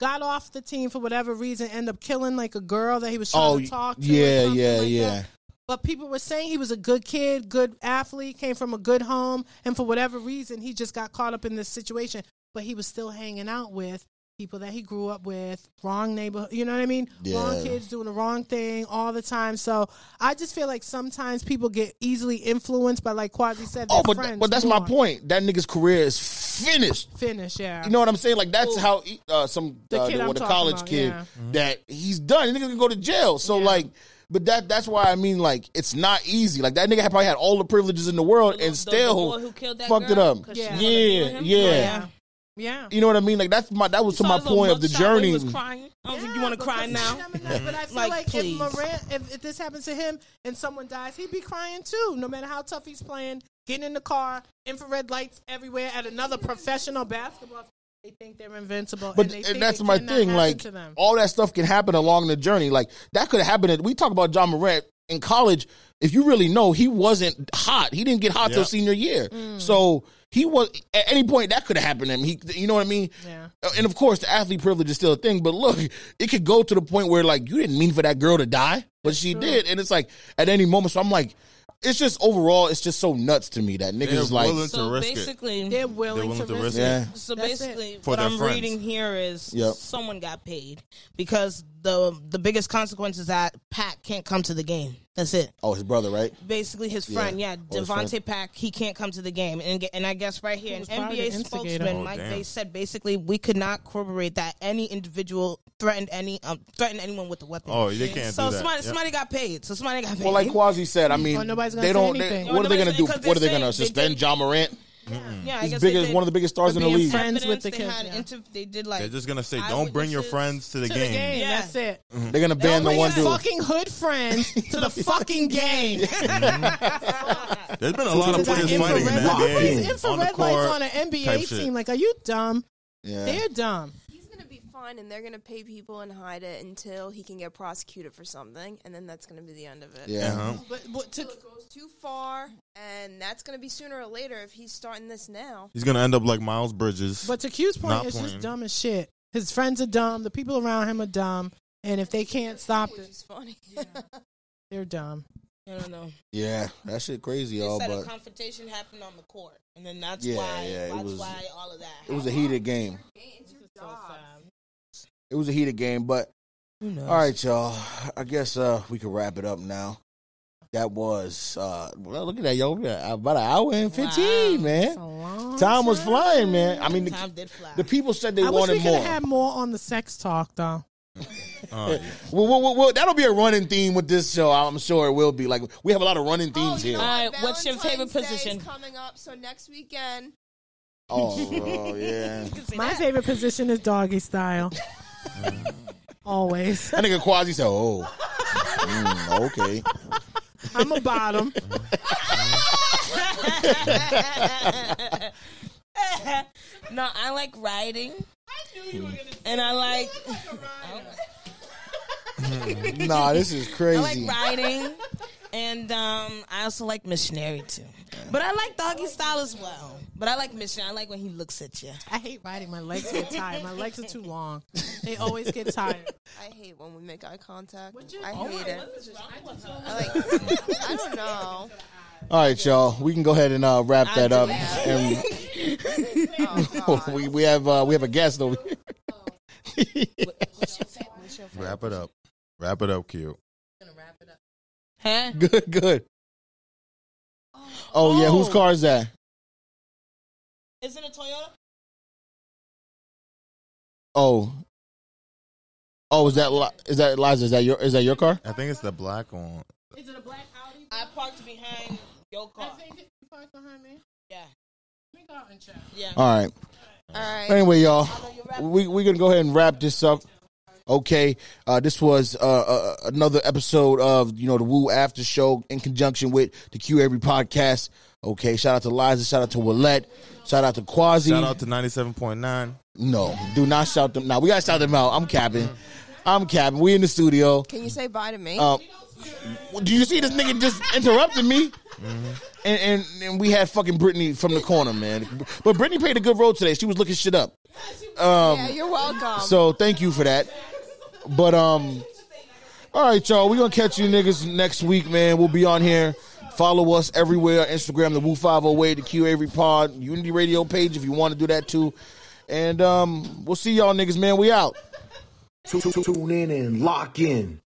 B: got off the team for whatever reason, ended up killing like a girl that he was trying
A: Oh,
B: to talk to. or
A: yeah,
B: something
A: yeah,
B: like
A: yeah.
B: that. But people were saying he was a good kid, good athlete, came from a good home, and for whatever reason, he just got caught up in this situation. But he was still hanging out with people that he grew up with, wrong neighborhood. You know what I mean? Wrong
A: Yeah.
B: kids doing the wrong thing all the time. So I just feel like sometimes people get easily influenced by, like Quasi said, their
A: Oh, but,
B: friends
A: but that's my
B: more.
A: point. That nigga's career is finished.
B: Finish, yeah.
A: You know what I'm saying? Like that's how he- uh, some
B: The
A: uh,
B: kid
A: the,
B: I'm
A: with the
B: talking
A: college
B: about,
A: kid
B: yeah.
A: that he's done. The nigga can go to jail. So
B: Yeah.
A: like, but that that's why I mean like it's not easy. Like that nigga had probably had all the privileges in the world
C: The-
A: and
C: the-
A: still
C: the boy who killed that
A: fucked it
C: girl
A: up.
C: 'cause she
A: Yeah,
B: wanted
C: to be with
A: yeah,
C: him?
B: Oh, yeah. Yeah.
A: You know what I mean? Like that's my that was to
C: Saw
A: my
C: his little
A: point of the
C: mugshot where he
A: journey.
C: was crying. I was like, you want to cry
B: because
C: now?
B: it's
A: (laughs)
B: him and I- But I feel
C: Like,
B: like,
C: please.
B: if Morant, if, if this happens to him and someone dies, he'd be crying too. No matter how tough he's playing, getting in the car, infrared lights everywhere at another professional basketball. They think they're invincible,
A: But
B: and, they
A: and
B: think
A: that's
B: it
A: my
B: cannot
A: thing.
B: happen
A: Like
B: to them.
A: all that stuff can happen along the journey. Like that could have happened. At, we talk about John Morant in college. If you really know, he wasn't hot. He didn't get hot
F: Yeah.
A: till senior year.
B: Mm.
A: So he was at any point that could have happened to him. He, you know what I mean?
B: Yeah.
A: Uh, And of course, the athlete privilege is still a thing. But look, it could go to the point where like you didn't mean for that girl to die, but she did, and it's like at any moment. So I'm like, it's just overall, it's just so nuts to me that niggas
F: They're
A: like,
F: willing to
C: So
F: risk it.
C: basically,
B: they're willing, to,
F: willing to
B: risk
F: risk
B: it.
A: yeah.
C: So
B: That's
C: basically,
F: For
C: what
F: their
C: I'm
F: friends.
C: reading here is
A: Yep.
C: someone got paid because the the biggest consequence is that Pac can't come to the game. That's it.
A: Oh, his brother, right?
C: Basically, his friend,
A: Yeah.
C: yeah,
A: Oh, his friend.
C: Devonte Pack, he can't come to the game, and ge- and I guess right here, an
B: was probably
C: NBA
B: the instigator.
C: spokesman,
F: Oh,
C: Mike,
F: damn.
C: they said basically we could not corroborate that any individual threatened any um, threatened anyone with a weapon.
F: Oh, they can't
C: so
F: do that.
C: somebody
F: Yep.
C: somebody got paid. So somebody got paid.
A: Well, like Quasi said, I mean,
B: Well, nobody's gonna
A: they
B: say
A: don't. they-
B: anything.
A: what are they going to
C: Nobody's-
A: do?
C: 'cause
A: What are they
C: they're
A: going to
C: saying they
A: suspend
C: did-
A: John Morant?
C: yeah, I
A: He's
C: guess
A: big
C: they
A: as
C: did
A: one of the biggest stars
B: For
A: in the
B: being
A: league.
B: friends.
C: evidence,
B: with the
C: they
B: kids,
C: had
B: yeah.
C: inter- they did like
F: They're just gonna say, don't bring your
C: eyewitnesses.
F: friends to the
B: to
F: game.
B: the game.
C: Yeah.
B: That's it.
A: They're going to ban the
B: Bring
A: one
B: your
A: dude.
B: fucking hood friends
A: (laughs)
B: to the fucking game.
F: There's been a lot of
B: Dude,
F: players
B: that
F: fighting in
B: infrared
F: that
B: light-
E: lights-
F: game.
B: These
F: on the
B: infrared
F: court,
B: lights on an NBA
F: type
B: team.
F: shit.
B: Like, are you dumb?
A: Yeah.
B: They're dumb.
G: He's gonna be fine, and they're gonna pay people and hide it until he can get prosecuted for something, and then that's gonna be the end of it.
A: Yeah.
F: Uh-huh.
B: But, but to,
G: Until it goes too far, and that's gonna be sooner or later if he's starting this now.
F: He's gonna end up like Miles Bridges.
B: but to Q's point,
F: Not
B: it's
F: playing.
B: just dumb as shit. His friends are dumb. The people around him are dumb. And if they can't stop
G: Which
B: it,
G: is funny.
C: (laughs)
B: they're dumb.
C: I don't know.
A: Yeah, that shit crazy,
C: They
A: y'all.
C: said a
A: Oh, But
C: confrontation happened on the court, and then that's
A: Yeah,
C: why
A: yeah, it
C: that's
A: was-
C: why all of that.
A: it was a heated game.
C: happened.
A: It was a heated game. But
C: Who knows?
A: all right, y'all. I guess uh, we can wrap it up now. That was uh, well. Look at that, y'all. We got About an hour and fifteen,
C: Wow.
A: man. Time was flying, man. I mean, the,
C: Time did fly.
A: the people said they
B: I wish we
A: wanted
B: could
A: more.
B: have had more on the sex talk, though.
F: Uh,
A: Well, well, well, well, that'll be a running theme with this show. I'm sure it will be. Like we have a lot of
C: Oh,
A: running themes
G: Oh, you
A: here.
G: know
C: All
G: what?
C: right, what's your favorite
G: Valentine's Day is
C: position?
G: coming up? So next weekend,
A: Oh, (laughs) oh, yeah.
B: My favorite position is doggy
F: (laughs)
B: style. Always.
A: That nigga Quasi said, "Oh, Mm, okay."
C: (laughs)
B: I'm a bottom.
C: no, I like riding. And I like,
A: Nah, this is
C: I like
A: crazy.
C: riding, and um, I also like missionary too. But I like doggy style as well. But I like missionary. I like when he looks at you.
B: I hate riding. My legs get tired. My legs are too long. They always get tired.
G: I hate when we make eye contact. I hate it. I like. I don't know.
A: All right, y'all. We can go ahead and uh, wrap that up. And (laughs)
C: Oh,
A: we we have uh, we have a guest over. here. (laughs)
F: wrap it up. Wrap it up, Q.
C: Huh?
A: Good, good. Oh yeah, whose car is that?
C: Is it a Toyota?
A: Oh, oh, is that Li- is that Liza? Is that your is that your car?
F: I think it's the black one.
B: Is it a black Audi?
C: I parked behind your car.
B: it parked behind me.
C: Yeah,
B: Let me go out and check.
C: yeah.
A: All right.
G: All right.
A: Anyway, y'all, we we gonna go ahead and wrap this up. Okay, uh, this was uh, uh, another episode of you know the Woo After Show in conjunction with the Q Every Podcast. Okay, shout out to Liza, shout out to Willette, shout out to Quasi.
F: Shout out to ninety-seven point nine.
A: no, do not shout them. Now we gotta shout them out. I'm capping. I'm capping. We in the studio.
G: Can you say bye to me?
A: Uh, do you see this nigga just interrupted me?
F: Mm-hmm.
A: And, and and we had fucking Brittany from the corner, man. But Brittany played a good role today. She was looking shit up. Um,
G: yeah, you're welcome.
A: so thank you for that. But um, all right, y'all. We're gonna catch you niggas next week, man. We'll be on here. Follow us everywhere. Instagram, the Woo Five Hundred Eight, the Q Every Pod, Unity Radio page if you want to do that too. And um, we'll see y'all niggas, man. We out.
E: Tune in and lock in.